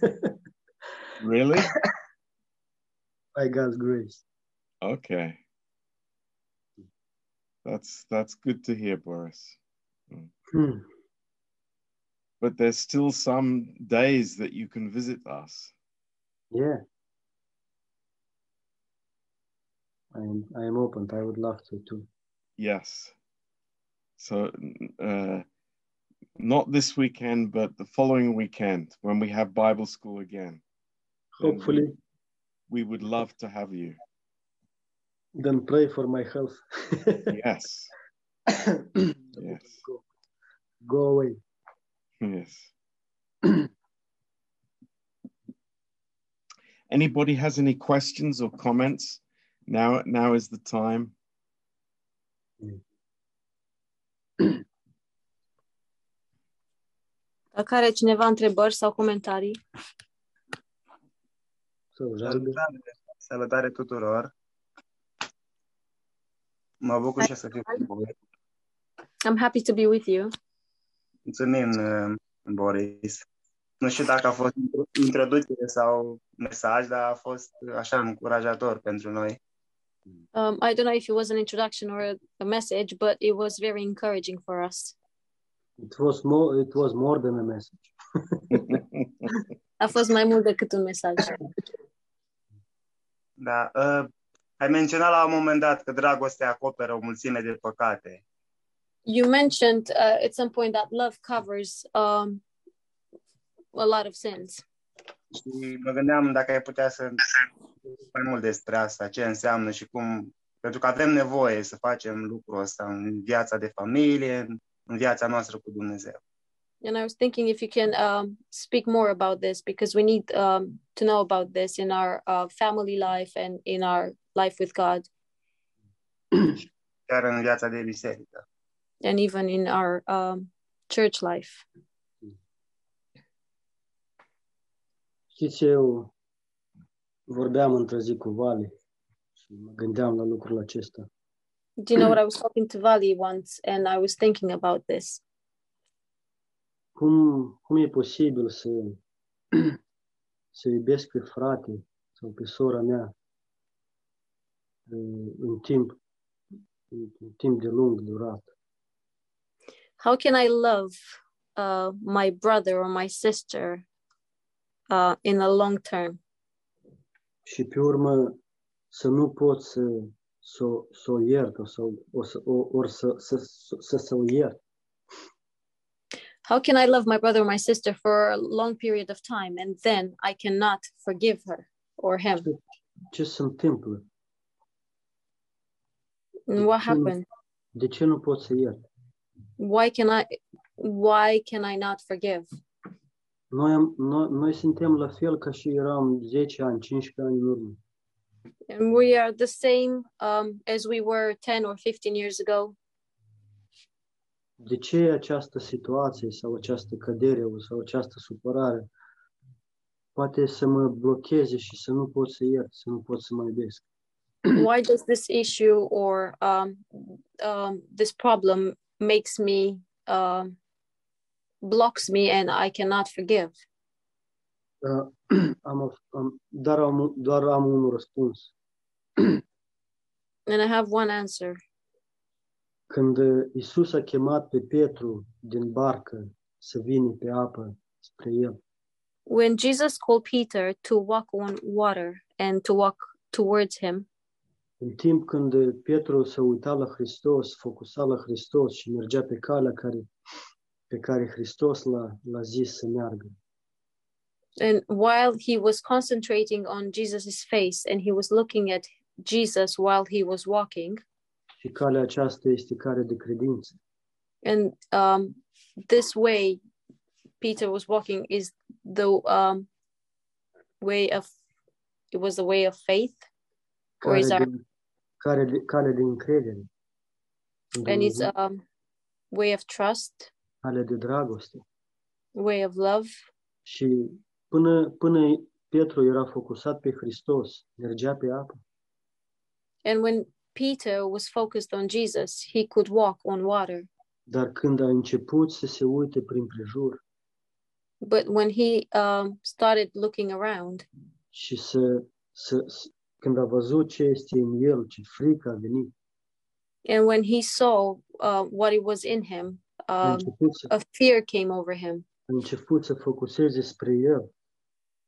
Speaker 1: <laughs>
Speaker 4: Really?
Speaker 1: by God's grace.
Speaker 4: Okay. That's that's good to hear, Boris.
Speaker 1: Hmm.
Speaker 4: But there's still some days that you can visit us.
Speaker 1: Yeah. I am I am open. I would love to too.
Speaker 4: Yes. So uh, not this weekend, but the following weekend when we have Bible school again. then we-
Speaker 1: Hopefully.
Speaker 4: we would love to have you.
Speaker 1: Then pray for my health.
Speaker 4: Yes. Yes.
Speaker 1: <coughs> go, go away.
Speaker 4: Yes. Anybody has any questions or comments? Now, now is the time.
Speaker 2: Dacă are cineva întrebări sau comentarii,
Speaker 1: So, Jalbe,
Speaker 5: Salutare, salutare tuturor! Mă bucur și să fiu cu voi.
Speaker 2: I'm happy to be with you.
Speaker 5: Mulțumim, uh, Boris. Nu știu dacă a fost intro- introducere sau mesaj, dar a fost așa încurajator pentru noi.
Speaker 2: Um, I don't know if it was an introduction or a, a message, but it was very encouraging for us.
Speaker 1: it was more it was more than a message.
Speaker 2: A fost mai mult decât un mesaj.
Speaker 5: Da, uh, ai menționat la un moment dat că dragostea acoperă o mulțime de păcate.
Speaker 2: You mentioned uh, at some point that love covers um, a lot of sins.
Speaker 5: Și mă gândeam dacă ai putea să mai mult despre asta, ce înseamnă și cum... Pentru că avem nevoie să facem lucrul ăsta în viața de familie, în- în viața noastră cu Dumnezeu.
Speaker 2: And I was thinking if you can um, speak more about this because we need um, to know about this in our uh, family life and in our life with God
Speaker 5: chiar în viața de biserică.
Speaker 2: and even in our um, church life.
Speaker 1: Știți, eu vorbeam într-o zi cu Vale și mă gândeam la lucrul acesta.
Speaker 2: Do you know what I was talking to Vali once and I was thinking about this?
Speaker 1: Cum, cum e posibil să, <coughs> să iubesc pe frate sau pe sora mea eh, în timp, în, în timp de lung durat?
Speaker 2: how can I love uh, my brother or my sister uh, in the long term?
Speaker 1: și pe urmă să nu pot să, să, să o iert o să, o, să, o, ori să, să, să, să, să o iert.
Speaker 2: How can I love my brother or my sister for a long period of time and then I cannot forgive her or him?
Speaker 1: Ce se întâmplă?
Speaker 2: And what happened?
Speaker 1: De ce nu pot să iert?
Speaker 2: Why can I why can I not forgive?
Speaker 1: Noi, am- noi, noi suntem la fel ca și eram 10 ani, 15 ani în urmă.
Speaker 2: And we are the same um, as we were 10 or 15 years ago.
Speaker 1: De ce e această situație sau această cădere sau această supărare poate să mă blocheze și să nu pot să iert, să nu pot să mă iubesc?
Speaker 2: why does this issue or um, um, this problem makes me um blocks me and I cannot forgive?
Speaker 1: Uh, <clears throat> am, af- am, dar am, doar am un răspuns.
Speaker 2: And I have one answer.
Speaker 1: Când uh, Isus a chemat pe Petru din barcă să vină pe apă spre el,
Speaker 2: When Jesus called Peter to walk on water and to walk towards him,
Speaker 1: în timp când uh, Petru se uita la Hristos, focusa la Hristos și mergea pe calea care, pe care Hristos l-a, l-a zis să meargă,
Speaker 2: and while he was concentrating on Jesus' face and he was looking at Jesus while he was walking,
Speaker 1: și calea aceasta este calea de credință.
Speaker 2: and um, this way Peter was walking is the um, way of it was the way of faith, or
Speaker 1: care
Speaker 2: is our
Speaker 1: de, care de, care de încredere, în
Speaker 2: and it's
Speaker 1: Dumnezeu,
Speaker 2: um, way of trust,
Speaker 1: care de dragoste.
Speaker 2: way of love,
Speaker 1: Și până, până Petru era focusat pe Hristos, mergea pe apă.
Speaker 2: and when Peter was focused on Jesus, he could walk on water.
Speaker 1: Dar când a început să se uite prin prejur
Speaker 2: But when he um, started looking around
Speaker 1: și să, să, să, când a văzut ce este în el, ce frică a venit,
Speaker 2: and when he saw uh, what it was in him,
Speaker 1: a
Speaker 2: um,
Speaker 1: început, să,
Speaker 2: a fear came over him,
Speaker 1: a început să focuseze spre el.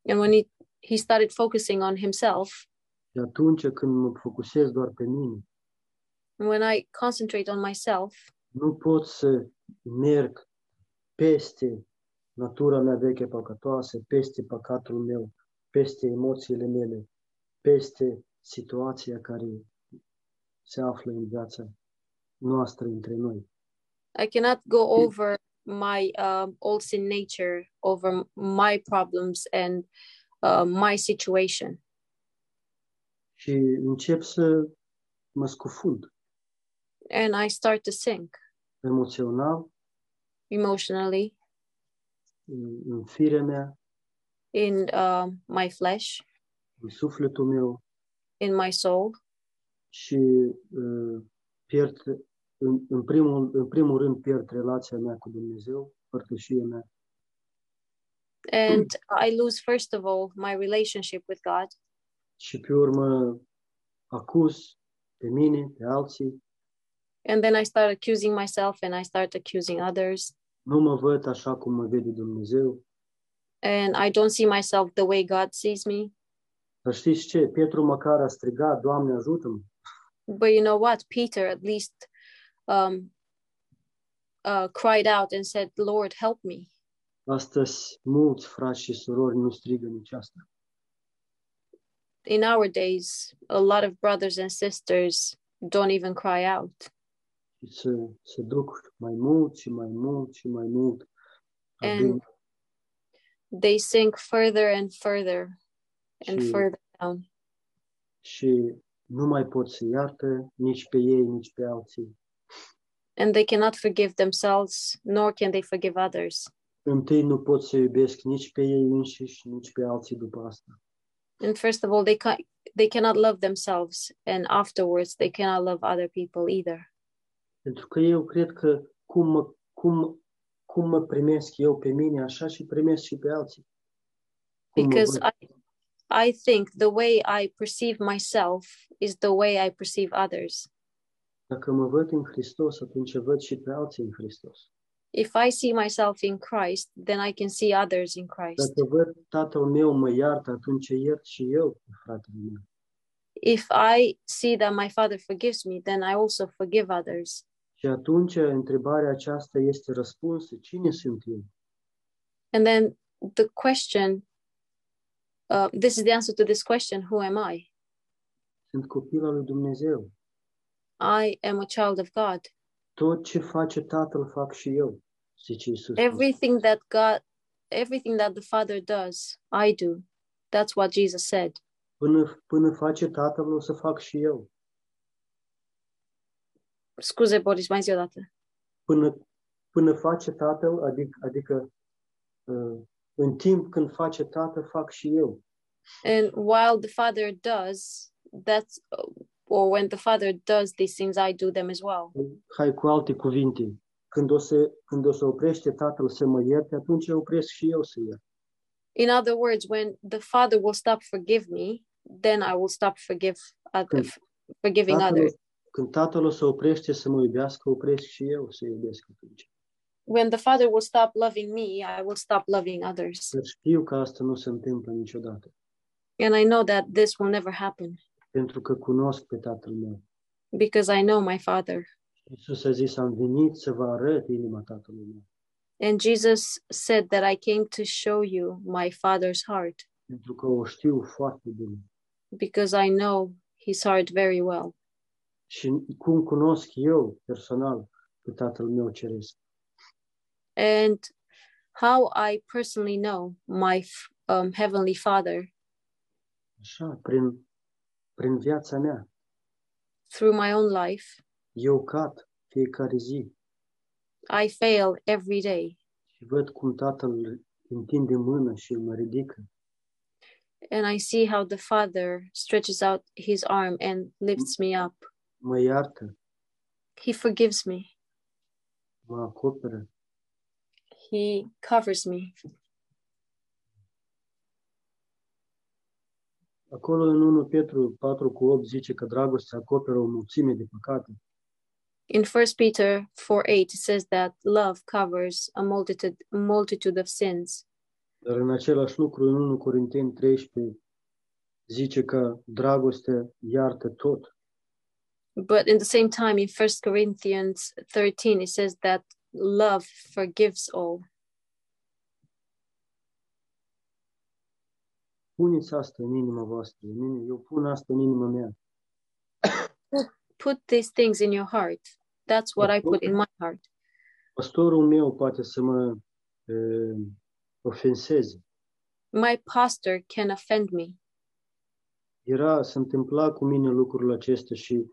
Speaker 2: and when he he started focusing on himself,
Speaker 1: Și atunci când mă focusez doar pe mine,
Speaker 2: when I concentrate on myself,
Speaker 1: nu pot să merg peste natura mea veche păcătoasă, peste păcatul meu, peste emoțiile mele, peste situația care se află în viața noastră între noi.
Speaker 2: I cannot go over my um, old sin nature, over m- my problems and uh, my situation.
Speaker 1: Și încep să mă scufund
Speaker 2: And I start to sink
Speaker 1: emoțional
Speaker 2: emotionally
Speaker 1: în, în firea mea,
Speaker 2: in um my flesh,
Speaker 1: în sufletul meu
Speaker 2: in my soul,
Speaker 1: și uh, pierd, în, în, primul, în primul rând pierd relația mea cu Dumnezeu, părtășia mea
Speaker 2: and I lose, first of all, my relationship with God.
Speaker 1: și pe urmă acuz pe mine, pe alții,
Speaker 2: And then I start accusing myself and I start accusing others.
Speaker 1: nu mă văd așa cum mă vede Dumnezeu.
Speaker 2: And I don't see myself the way God sees me.
Speaker 1: Dar știți ce? Petru măcar a strigat, Doamne ajută-mă!
Speaker 2: But you know what? Peter at least um, uh, cried out and said, Lord, help me.
Speaker 1: Astăzi mulți frați și surori nu strigă nici asta.
Speaker 2: In our days, a lot of brothers and sisters don't even cry out.
Speaker 1: Și se, se duc mai mult și mai mult și mai mult.
Speaker 2: And
Speaker 1: adânc
Speaker 2: they sink further and further and
Speaker 1: și,
Speaker 2: further down.
Speaker 1: și nu mai pot să iartă nici pe ei, nici pe alții.
Speaker 2: And they cannot forgive themselves, nor can they forgive others.
Speaker 1: Întâi nu pot să iubesc nici pe ei înșiși, nici pe alții după asta.
Speaker 2: And first of all, they can they cannot love themselves, and afterwards, they cannot love other people either.
Speaker 1: Pentru că eu cred că cum mă, cum, cum mă primesc eu pe mine, așa și primesc și pe alții. Cum mă
Speaker 2: Because
Speaker 1: văd.
Speaker 2: I, I think the way I perceive myself is the way I perceive others.
Speaker 1: Dacă mă văd în Hristos, atunci văd și pe alții în Hristos.
Speaker 2: If I see myself in Christ, then I can see others in Christ.
Speaker 1: Dacă văd tatăl meu mă iartă, atunci iert și eu pe fratele meu.
Speaker 2: if I see that my Father forgives me, then I also forgive others.
Speaker 1: Și Și atunci întrebarea aceasta este răspunsă. Cine sunt eu?
Speaker 2: And then the question uh, this is the answer to this question Who am I?
Speaker 1: Sunt copil al lui Dumnezeu.
Speaker 2: I am a child of God.
Speaker 1: Tot ce face Tatăl fac și eu, zice Iisus.
Speaker 2: Everything that God, everything that the Father does, I do. That's what Jesus said.
Speaker 1: Până, până face Tatăl, o să fac și eu.
Speaker 2: Scuze, Boris, mai zi o dată.
Speaker 1: Până, până face Tatăl, adică, adică uh, în timp când face Tatăl, fac și eu.
Speaker 2: And while the Father does, that's, or when the Father does these things, I do them as well.
Speaker 1: Hai cu alte cuvinte. Când o să, când o să oprește Tatăl să mă ierte, atunci opresc și eu să iert.
Speaker 2: In other words, when the Father will stop forgive me, then I will stop forgive other,
Speaker 1: Când-
Speaker 2: forgiving
Speaker 1: Tatăl,
Speaker 2: others.
Speaker 1: când Tatăl o să oprește să mă iubească, opresc și eu să iubesc atunci.
Speaker 2: When the Father will stop loving me, I will stop loving others.
Speaker 1: Să știu că asta nu se întâmplă niciodată,
Speaker 2: And I know that this will never happen
Speaker 1: pentru că cunosc pe Tatăl meu.
Speaker 2: because I know my Father.
Speaker 1: Iisus a zis, am venit să vă arăt inima Tatălui meu,
Speaker 2: And Jesus said that I came to show you my Father's heart
Speaker 1: pentru că o știu foarte bine.
Speaker 2: because I know his heart very well.
Speaker 1: Și cum cunosc eu personal pe Tatăl meu Ceresc?
Speaker 2: And how I personally know my f- um, Heavenly Father
Speaker 1: Așa, prin, prin viața mea.
Speaker 2: through my own life,
Speaker 1: Eu cad fiecare zi
Speaker 2: I fail every day.
Speaker 1: și văd cum Tatăl întinde mână și mă ridică.
Speaker 2: And I see how the Father stretches out his arm and lifts me up.
Speaker 1: mă iartă,
Speaker 2: He forgives me,
Speaker 1: mă acoperă.
Speaker 2: He covers me.
Speaker 1: Acolo în 1 Petru 4 cu 8 zice că dragostea acoperă o mulțime de păcate.
Speaker 2: In 1 Peter 4 8, it says that love covers a multitude, multitude of sins.
Speaker 1: Dar în același lucru, în 1 Corinteni 13, zice că dragostea iartă tot.
Speaker 2: But in the same time, in 1 Corinthians 13, it says that love forgives all.
Speaker 1: Puneți asta în inima voastră. În inima- Eu pun asta în inima mea.
Speaker 2: Put these things in your heart. That's what I put in my heart.
Speaker 1: Pastorul meu poate să mă e, ofenseze.
Speaker 2: My pastor can offend me.
Speaker 1: Era, se întâmpla cu mine lucrul acesta și e,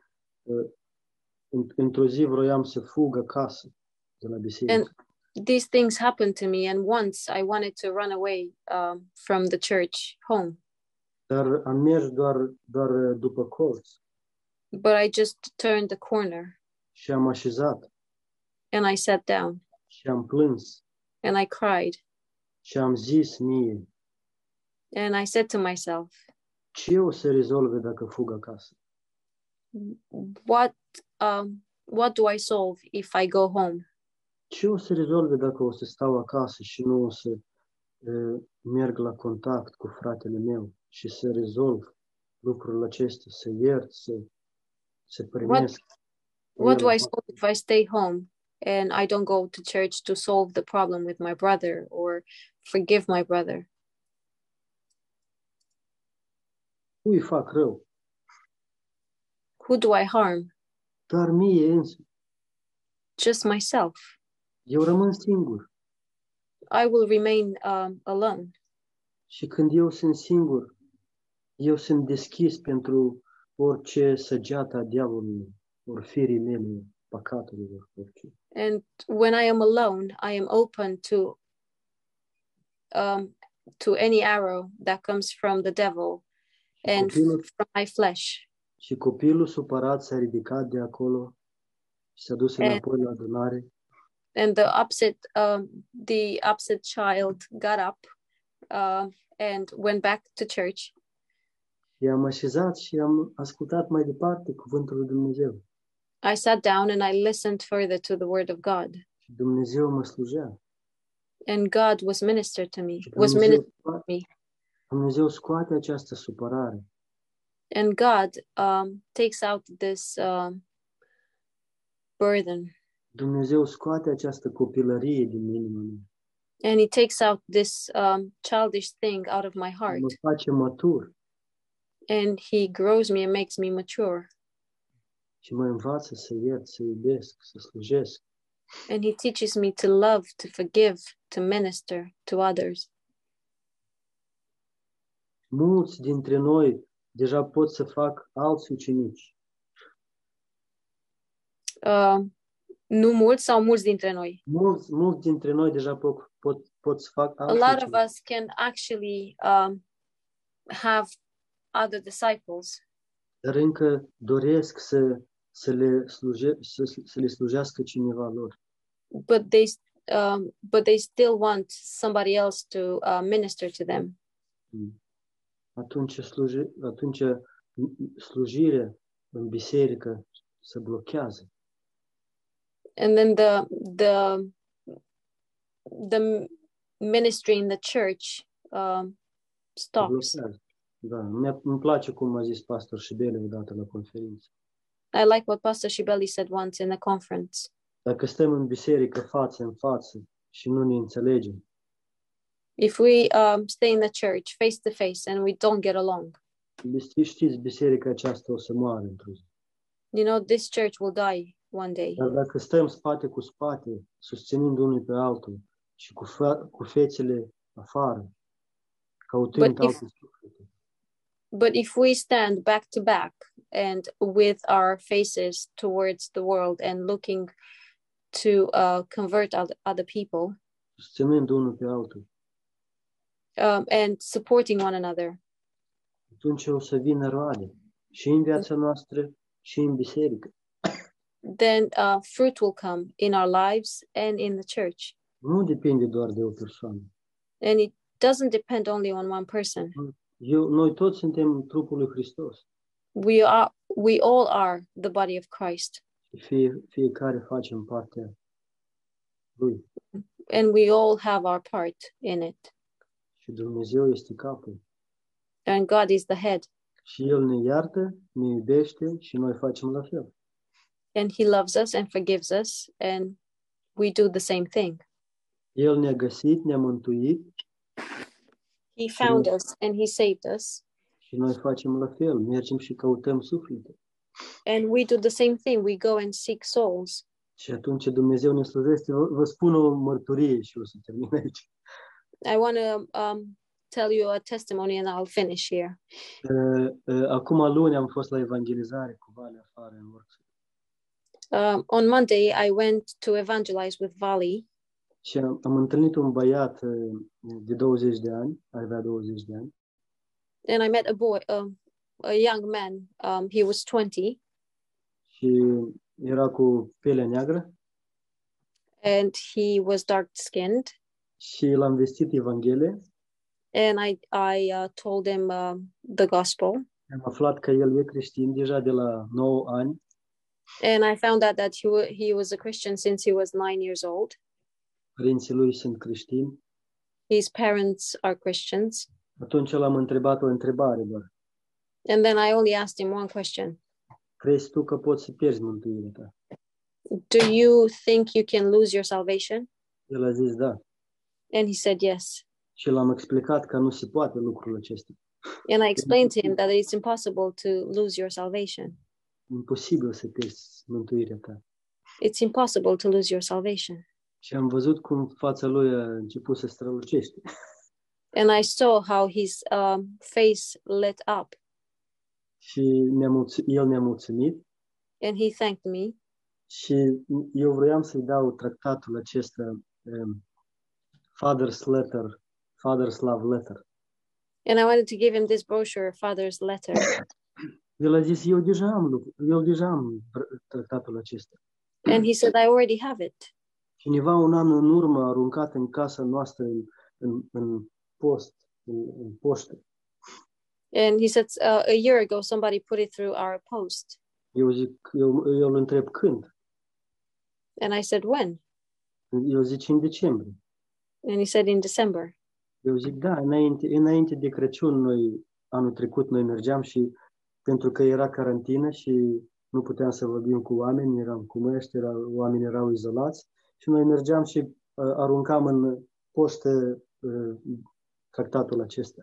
Speaker 1: în- într-o zi vroiam să fug acasă de la biserică.
Speaker 2: And- These things happened to me, and once I wanted to run away um, from the church home,
Speaker 1: Dar am mers doar, doar uh, după colț
Speaker 2: but I just turned the corner
Speaker 1: și am așezat
Speaker 2: and I sat down
Speaker 1: și am plâns
Speaker 2: and I cried
Speaker 1: și am zis mie,
Speaker 2: and I said to myself,
Speaker 1: ce o să rezolve dacă fug acasă?
Speaker 2: what um what do I solve if I go home?
Speaker 1: Ce o să rezolve dacă o să stau acasă și nu o să uh, merg la contact cu fratele meu și să rezolv lucrul acesta, să iert, să, să primesc.
Speaker 2: What do
Speaker 1: el
Speaker 2: I
Speaker 1: acasă?
Speaker 2: solve if I stay home and I don't go to church to solve the problem with my brother or forgive my brother?
Speaker 1: Cui fac rău?
Speaker 2: Who do I harm?
Speaker 1: Dar mie însă.
Speaker 2: Just myself.
Speaker 1: Eu rămân singur.
Speaker 2: I will remain um, alone.
Speaker 1: Și când eu sunt singur, eu sunt deschis pentru orice săgeată a diavolului, ori firii mele, păcatelor, orice.
Speaker 2: And when I am alone, I am open to um, to any arrow that comes from the devil and
Speaker 1: Copilul,
Speaker 2: from my flesh.
Speaker 1: și copilul supărat s-a ridicat de acolo și s-a dus înapoi la adunare
Speaker 2: and the upset um, the upset child got up uh, and went back to church
Speaker 1: și am așezat și am ascultat mai departe cuvântul lui Dumnezeu.
Speaker 2: i sat down and i listened further to the word of god
Speaker 1: Și Dumnezeu mă slujea.
Speaker 2: and god was ministered to me
Speaker 1: Și
Speaker 2: was
Speaker 1: Dumnezeu,
Speaker 2: ministered
Speaker 1: scoate,
Speaker 2: me.
Speaker 1: Dumnezeu scoate această supărare.
Speaker 2: and god um, takes out this um, burden
Speaker 1: Dumnezeu scoate această copilărie din inima mea.
Speaker 2: and He takes out this um, childish thing out of my heart
Speaker 1: Mă face matur
Speaker 2: and He grows me and makes me mature.
Speaker 1: și mă învață să iert, să iubesc, să slujesc.
Speaker 2: And He teaches me to love, to forgive, to minister to others.
Speaker 1: Mulți dintre noi deja pot să fac alți ucenici.
Speaker 2: Uh, nu mulți sau mulți dintre noi.
Speaker 1: Mulți, mulți dintre noi deja pot, pot, pot să fac
Speaker 2: A
Speaker 1: alți
Speaker 2: lot of
Speaker 1: ucenici.
Speaker 2: us can actually um, have other disciples,
Speaker 1: Dar încă doresc să, să, le, sluje, să, să le slujească cineva lor.
Speaker 2: but they um, but they still want somebody else to uh, minister to them.
Speaker 1: Atunci, sluje, atunci slujirea în biserică se blochează.
Speaker 2: and then the the the ministry in the church um,
Speaker 1: Se
Speaker 2: stops.
Speaker 1: blochează. Da, mi-a- îmi place cum a zis pastor Șibele odată la conferință.
Speaker 2: I like what Pastor Shibeli said once in a conference.
Speaker 1: Dacă stăm în biserică față în față și nu ne înțelegem,
Speaker 2: If we um, stay in the church face to face and we don't get along,
Speaker 1: știți, biserica aceasta o să moară într-o zi.
Speaker 2: you know, this church will die one day.
Speaker 1: Dar dacă stăm spate cu spate, susținând unul pe altul și cu, fa- cu fețele afară, căutând
Speaker 2: But if-
Speaker 1: alte suflete,
Speaker 2: But if we stand back to back and with our faces towards the world and looking to uh, convert other, other people
Speaker 1: susținând unul pe altul,
Speaker 2: um, and supporting one another,
Speaker 1: atunci o să vină roade și în viața noastră și în biserică.
Speaker 2: then uh, fruit will come in our lives and in the church.
Speaker 1: Nu depinde doar de o persoană.
Speaker 2: And it doesn't depend only on one person.
Speaker 1: Eu, noi toți suntem trupul lui Hristos
Speaker 2: We are, we all are the body of Christ,
Speaker 1: și fie, fiecare facem partea lui
Speaker 2: and we all have our part in it.
Speaker 1: și Dumnezeu este capul.
Speaker 2: And God is the head,
Speaker 1: Și El ne iartă, ne iubește și noi facem la fel.
Speaker 2: and He loves us and forgives us, and we do the same thing.
Speaker 1: El ne-a găsit, ne-a mântuit
Speaker 2: He found us and He saved us,
Speaker 1: Și noi facem la fel, mergem și căutăm suflete.
Speaker 2: and we do the same thing. We go and seek souls.
Speaker 1: Și atunci Dumnezeu ne slujește. Vă, vă spun o mărturie și o să termin aici. <laughs>
Speaker 2: I want to um, tell you a testimony, and I'll finish here.
Speaker 1: Uh, uh, Acum luni am fost la evangelizare cu Vale afară în workshop.
Speaker 2: Um, on Monday, I went to evangelize with Vali,
Speaker 1: Și am, am întâlnit un băiat uh, de 20 de ani, avea 20 de ani,
Speaker 2: and I met a boy, um, a young man. Um, he was 20,
Speaker 1: și era cu pielea neagră
Speaker 2: and he was dark skinned.
Speaker 1: și l-am vestit Evanghelie.
Speaker 2: And I, I uh, told him um, the gospel,
Speaker 1: Am aflat că el e creștin deja de la 9 ani
Speaker 2: and I found out that he wa he was a Christian since he was nine years old.
Speaker 1: părinții lui sunt creștini.
Speaker 2: His parents are Christians,
Speaker 1: Atunci l-am întrebat o întrebare doar.
Speaker 2: and then I only asked him one question:
Speaker 1: Crezi tu că poți să pierzi mântuirea ta?
Speaker 2: Do you think you can lose your salvation?
Speaker 1: El a zis da.
Speaker 2: And he said yes.
Speaker 1: Și l-am explicat că nu se poate lucrul acesta.
Speaker 2: And I explained to him that it's impossible to lose your salvation.
Speaker 1: Imposibil să pierzi mântuirea ta.
Speaker 2: It's impossible to lose your salvation.
Speaker 1: Și am văzut cum fața lui a început să strălucește. <laughs>
Speaker 2: and I saw how his um, face lit up,
Speaker 1: Și ne-a mulțu- el ne-a mulțumit
Speaker 2: and he thanked me.
Speaker 1: și eu vroiam să-i dau tractatul acesta um, Father's Letter, Father's Love Letter.
Speaker 2: And I wanted to give him this brochure, father's letter.
Speaker 1: El a zis, eu deja am, lucru- eu deja am pr- tractatul acesta.
Speaker 2: and he said, I already have it.
Speaker 1: Cineva un an în urmă a aruncat în casa noastră în, în, în post, în, în poștă.
Speaker 2: And he said, uh, a year ago, somebody put it through our post.
Speaker 1: Eu zic, eu, eu îl întreb când.
Speaker 2: And I said, when?
Speaker 1: Eu zic în decembrie.
Speaker 2: And he said, in December.
Speaker 1: Eu zic, da, înainte, înainte de Crăciun, noi, anul trecut, noi mergeam și pentru că era carantină și nu puteam să vorbim cu oameni, eram cu măști, era, oamenii erau izolați și noi mergeam și uh, aruncam în poștă uh, tractatul acesta.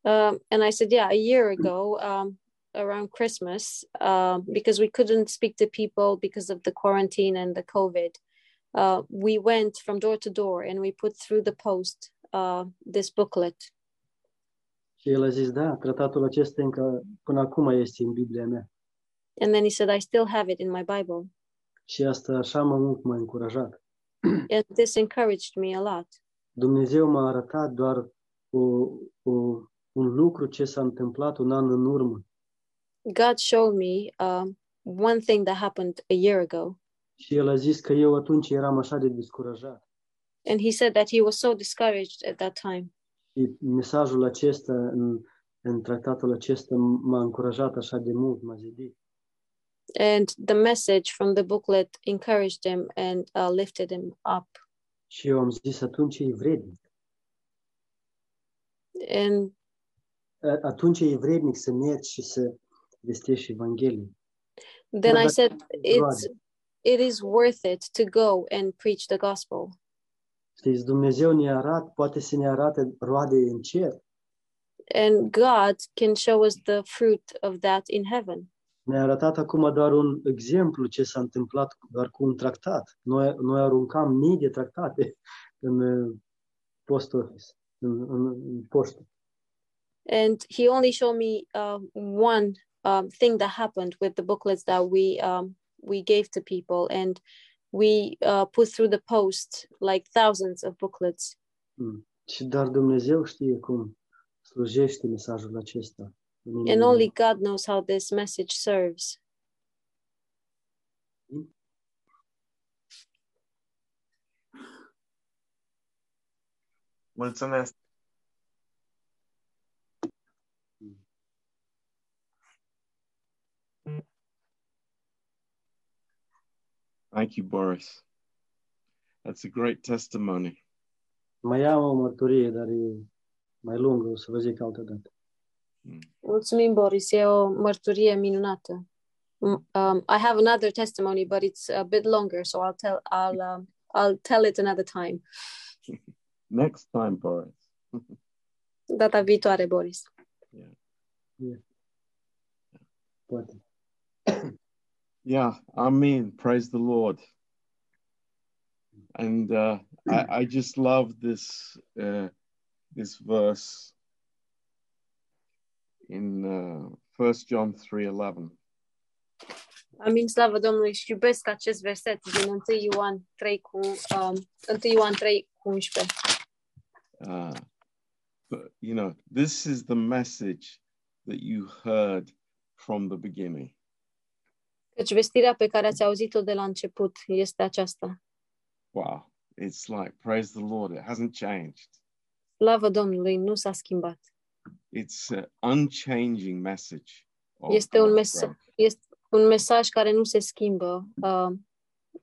Speaker 2: Um, and I said, yeah, a year ago, um, around Christmas, uh, because we couldn't speak to people because of the quarantine and the COVID, uh, we went from door to door and we put through the post uh, this booklet.
Speaker 1: Și el a zis, da, tratatul acesta încă până acum este în Biblia mea.
Speaker 2: And then he said, I still have it in my Bible.
Speaker 1: Și asta așa m-a mult m-a încurajat.
Speaker 2: And this encouraged me a lot.
Speaker 1: Dumnezeu m-a arătat doar o, o, un lucru ce s-a întâmplat un an în urmă
Speaker 2: God showed me um, one thing that happened a year ago.
Speaker 1: și el a zis că eu atunci eram așa de descurajat.
Speaker 2: And he said that he was so discouraged at that time.
Speaker 1: Și mesajul acesta în, în tractatul acesta m-a încurajat așa de mult, m-a zidit.
Speaker 2: And the message from the booklet encouraged him and uh, lifted him up.
Speaker 1: Și eu am zis atunci e vrednic.
Speaker 2: And
Speaker 1: A- Atunci e vrednic să mergi și să vestești Evanghelia.
Speaker 2: then I
Speaker 1: Brother-
Speaker 2: said, it's, it is worth it to go and preach the gospel.
Speaker 1: Știți, Dumnezeu ne arată, poate să ne arate roade în cer.
Speaker 2: And God can show us the fruit of that in heaven.
Speaker 1: Ne-a arătat acum doar un exemplu ce s-a întâmplat doar cu un tractat. Noi, noi aruncam mii de tractate în uh, post office, în, în, în poștă.
Speaker 2: And he only showed me uh, one um, thing that happened with the booklets that we um, we gave to people, and we uh, put through the post like thousands of booklets.
Speaker 1: Și dar Dumnezeu știe cum slujește mesajul acesta. în
Speaker 2: And
Speaker 1: inimile
Speaker 2: only God knows how this message serves.
Speaker 5: Mulțumesc.
Speaker 4: Thank you, Boris. That's a great testimony.
Speaker 1: Mai am o mărturie, dar e mai lungă, o să vă zic altă dată.
Speaker 2: Mulțumim, Boris. E o mărturie minunată. M- Um, I have another testimony, but it's a bit longer, so I'll tell I'll um, I'll tell it another time.
Speaker 4: Next time, Boris.
Speaker 2: Data viitoare, Boris.
Speaker 1: Poate.
Speaker 4: Yeah, Amen. Praise the Lord. And uh, I, I just love this uh, this verse in uh, First John three eleven.
Speaker 2: Amin, slavă Domnului și iubesc acest verset din 1 Ioan 3 cu, um, 1 Ioan 3 cu 11.
Speaker 4: Uh, but, you know, this is the message that you heard from the beginning.
Speaker 2: Căci vestirea pe care ați auzit-o de la început este aceasta.
Speaker 4: Wow, it's like praise the Lord. It hasn't changed.
Speaker 2: Slavă Domnului nu s-a schimbat.
Speaker 4: It's an unchanging message. of
Speaker 2: Este un
Speaker 4: God's
Speaker 2: mesaj,
Speaker 4: grace.
Speaker 2: este un mesaj care nu se schimbă uh,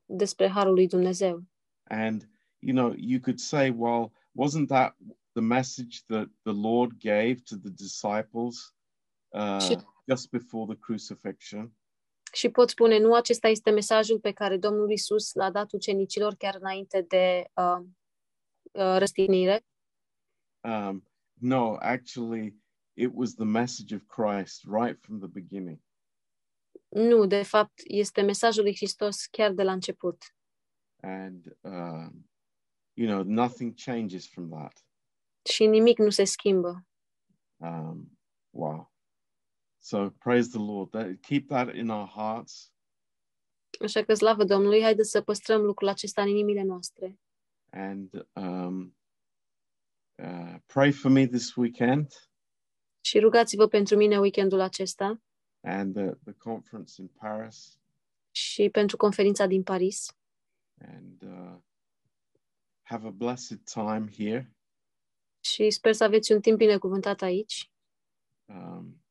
Speaker 2: despre Harul lui Dumnezeu.
Speaker 4: And you know, you could say, well, wasn't that the message that the Lord gave to the disciples uh,
Speaker 2: Sure.
Speaker 4: just before the crucifixion?
Speaker 2: Și pot spune, nu acesta este mesajul pe care Domnul Isus l-a dat ucenicilor chiar înainte de uh, uh, răstignire.
Speaker 4: Um, no, actually, it was the message of Christ right from the beginning.
Speaker 2: Nu, de fapt, este mesajul lui Hristos chiar de la început.
Speaker 4: And um, you know, nothing changes from that.
Speaker 2: și nimic nu se schimbă.
Speaker 4: Um, wow. So praise the Lord. That, keep that in our hearts.
Speaker 2: Așa că slavă Domnului, haideți să păstrăm lucrul acesta în inimile noastre.
Speaker 4: And um, uh, pray for me this weekend.
Speaker 2: Și rugați-vă pentru mine weekendul acesta
Speaker 4: and the, the conference in Paris.
Speaker 2: și pentru conferința din Paris.
Speaker 4: And uh, have a blessed time here.
Speaker 2: Și sper să aveți un timp binecuvântat aici.
Speaker 4: Um,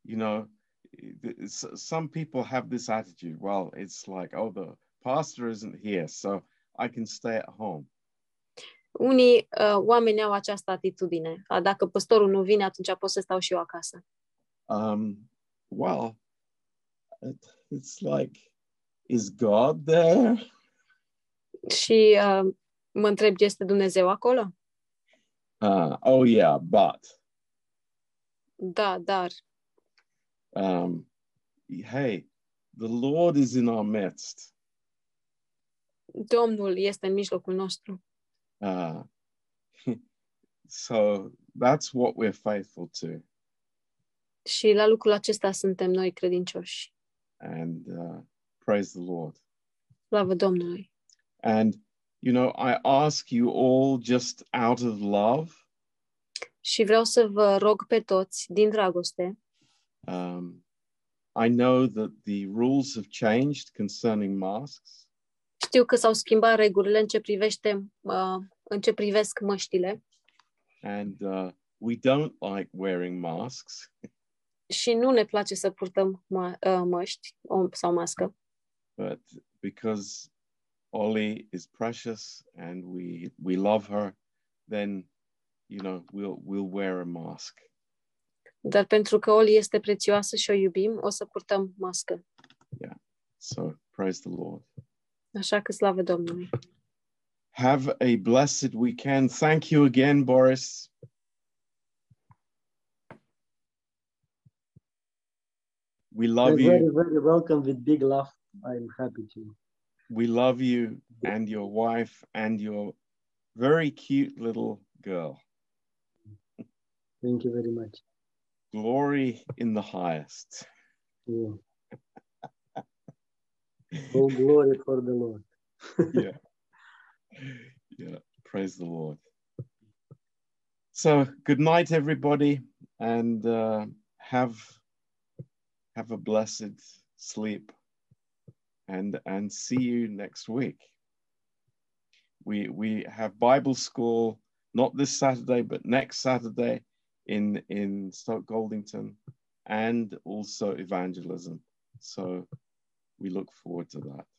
Speaker 4: you know, it- it's- some people have this attitude well, it's like, oh, the pastor isn't here, so I can stay at home.
Speaker 2: Unii uh, oameni au această atitudine. A, dacă păstorul nu vine, atunci pot să stau și eu acasă.
Speaker 4: Um, well, it's like, is God there?
Speaker 2: Și uh, mă întreb, este Dumnezeu acolo?
Speaker 4: Uh, oh yeah, but
Speaker 2: Da, dar
Speaker 4: um, hey, the Lord is in our midst.
Speaker 2: Domnul este în mijlocul nostru.
Speaker 4: Uh, <laughs> so that's what we're faithful to.
Speaker 2: Și la lucrul acesta suntem noi credincioși.
Speaker 4: And uh, praise the Lord.
Speaker 2: Slavă Domnului!
Speaker 4: And, you know, I ask you all just out of love
Speaker 2: Și vreau să vă rog pe toți, din dragoste,
Speaker 4: Um, I know that the rules have changed concerning masks,
Speaker 2: știu că s-au schimbat regulile în ce privește, uh, în ce privesc măștile
Speaker 4: and uh, we don't like wearing masks,
Speaker 2: și nu ne place să purtăm mă, uh, măști om- sau mască,
Speaker 4: but because Ollie is precious and we we love her, then you know we'll we'll wear a mask.
Speaker 2: dar pentru că Oli este prețioasă și o iubim, o să purtăm mască.
Speaker 4: So praise the Lord.
Speaker 2: Așa că slavă Domnului!
Speaker 4: Have a blessed weekend. Thank you again, Boris. We love
Speaker 1: You're very,
Speaker 4: you.
Speaker 1: very welcome with big love. I'm happy to.
Speaker 4: we love you and your wife and your very cute little girl.
Speaker 1: Thank you very much.
Speaker 4: Glory in the highest.
Speaker 1: Yeah. All glory for the Lord.
Speaker 4: yeah. <laughs> Yeah. Praise the Lord. So good night, everybody, and uh, have have a blessed sleep, and and see you next week. We we have Bible school not this Saturday but next Saturday in in Stoke Goldington, and also evangelism. So we look forward to that.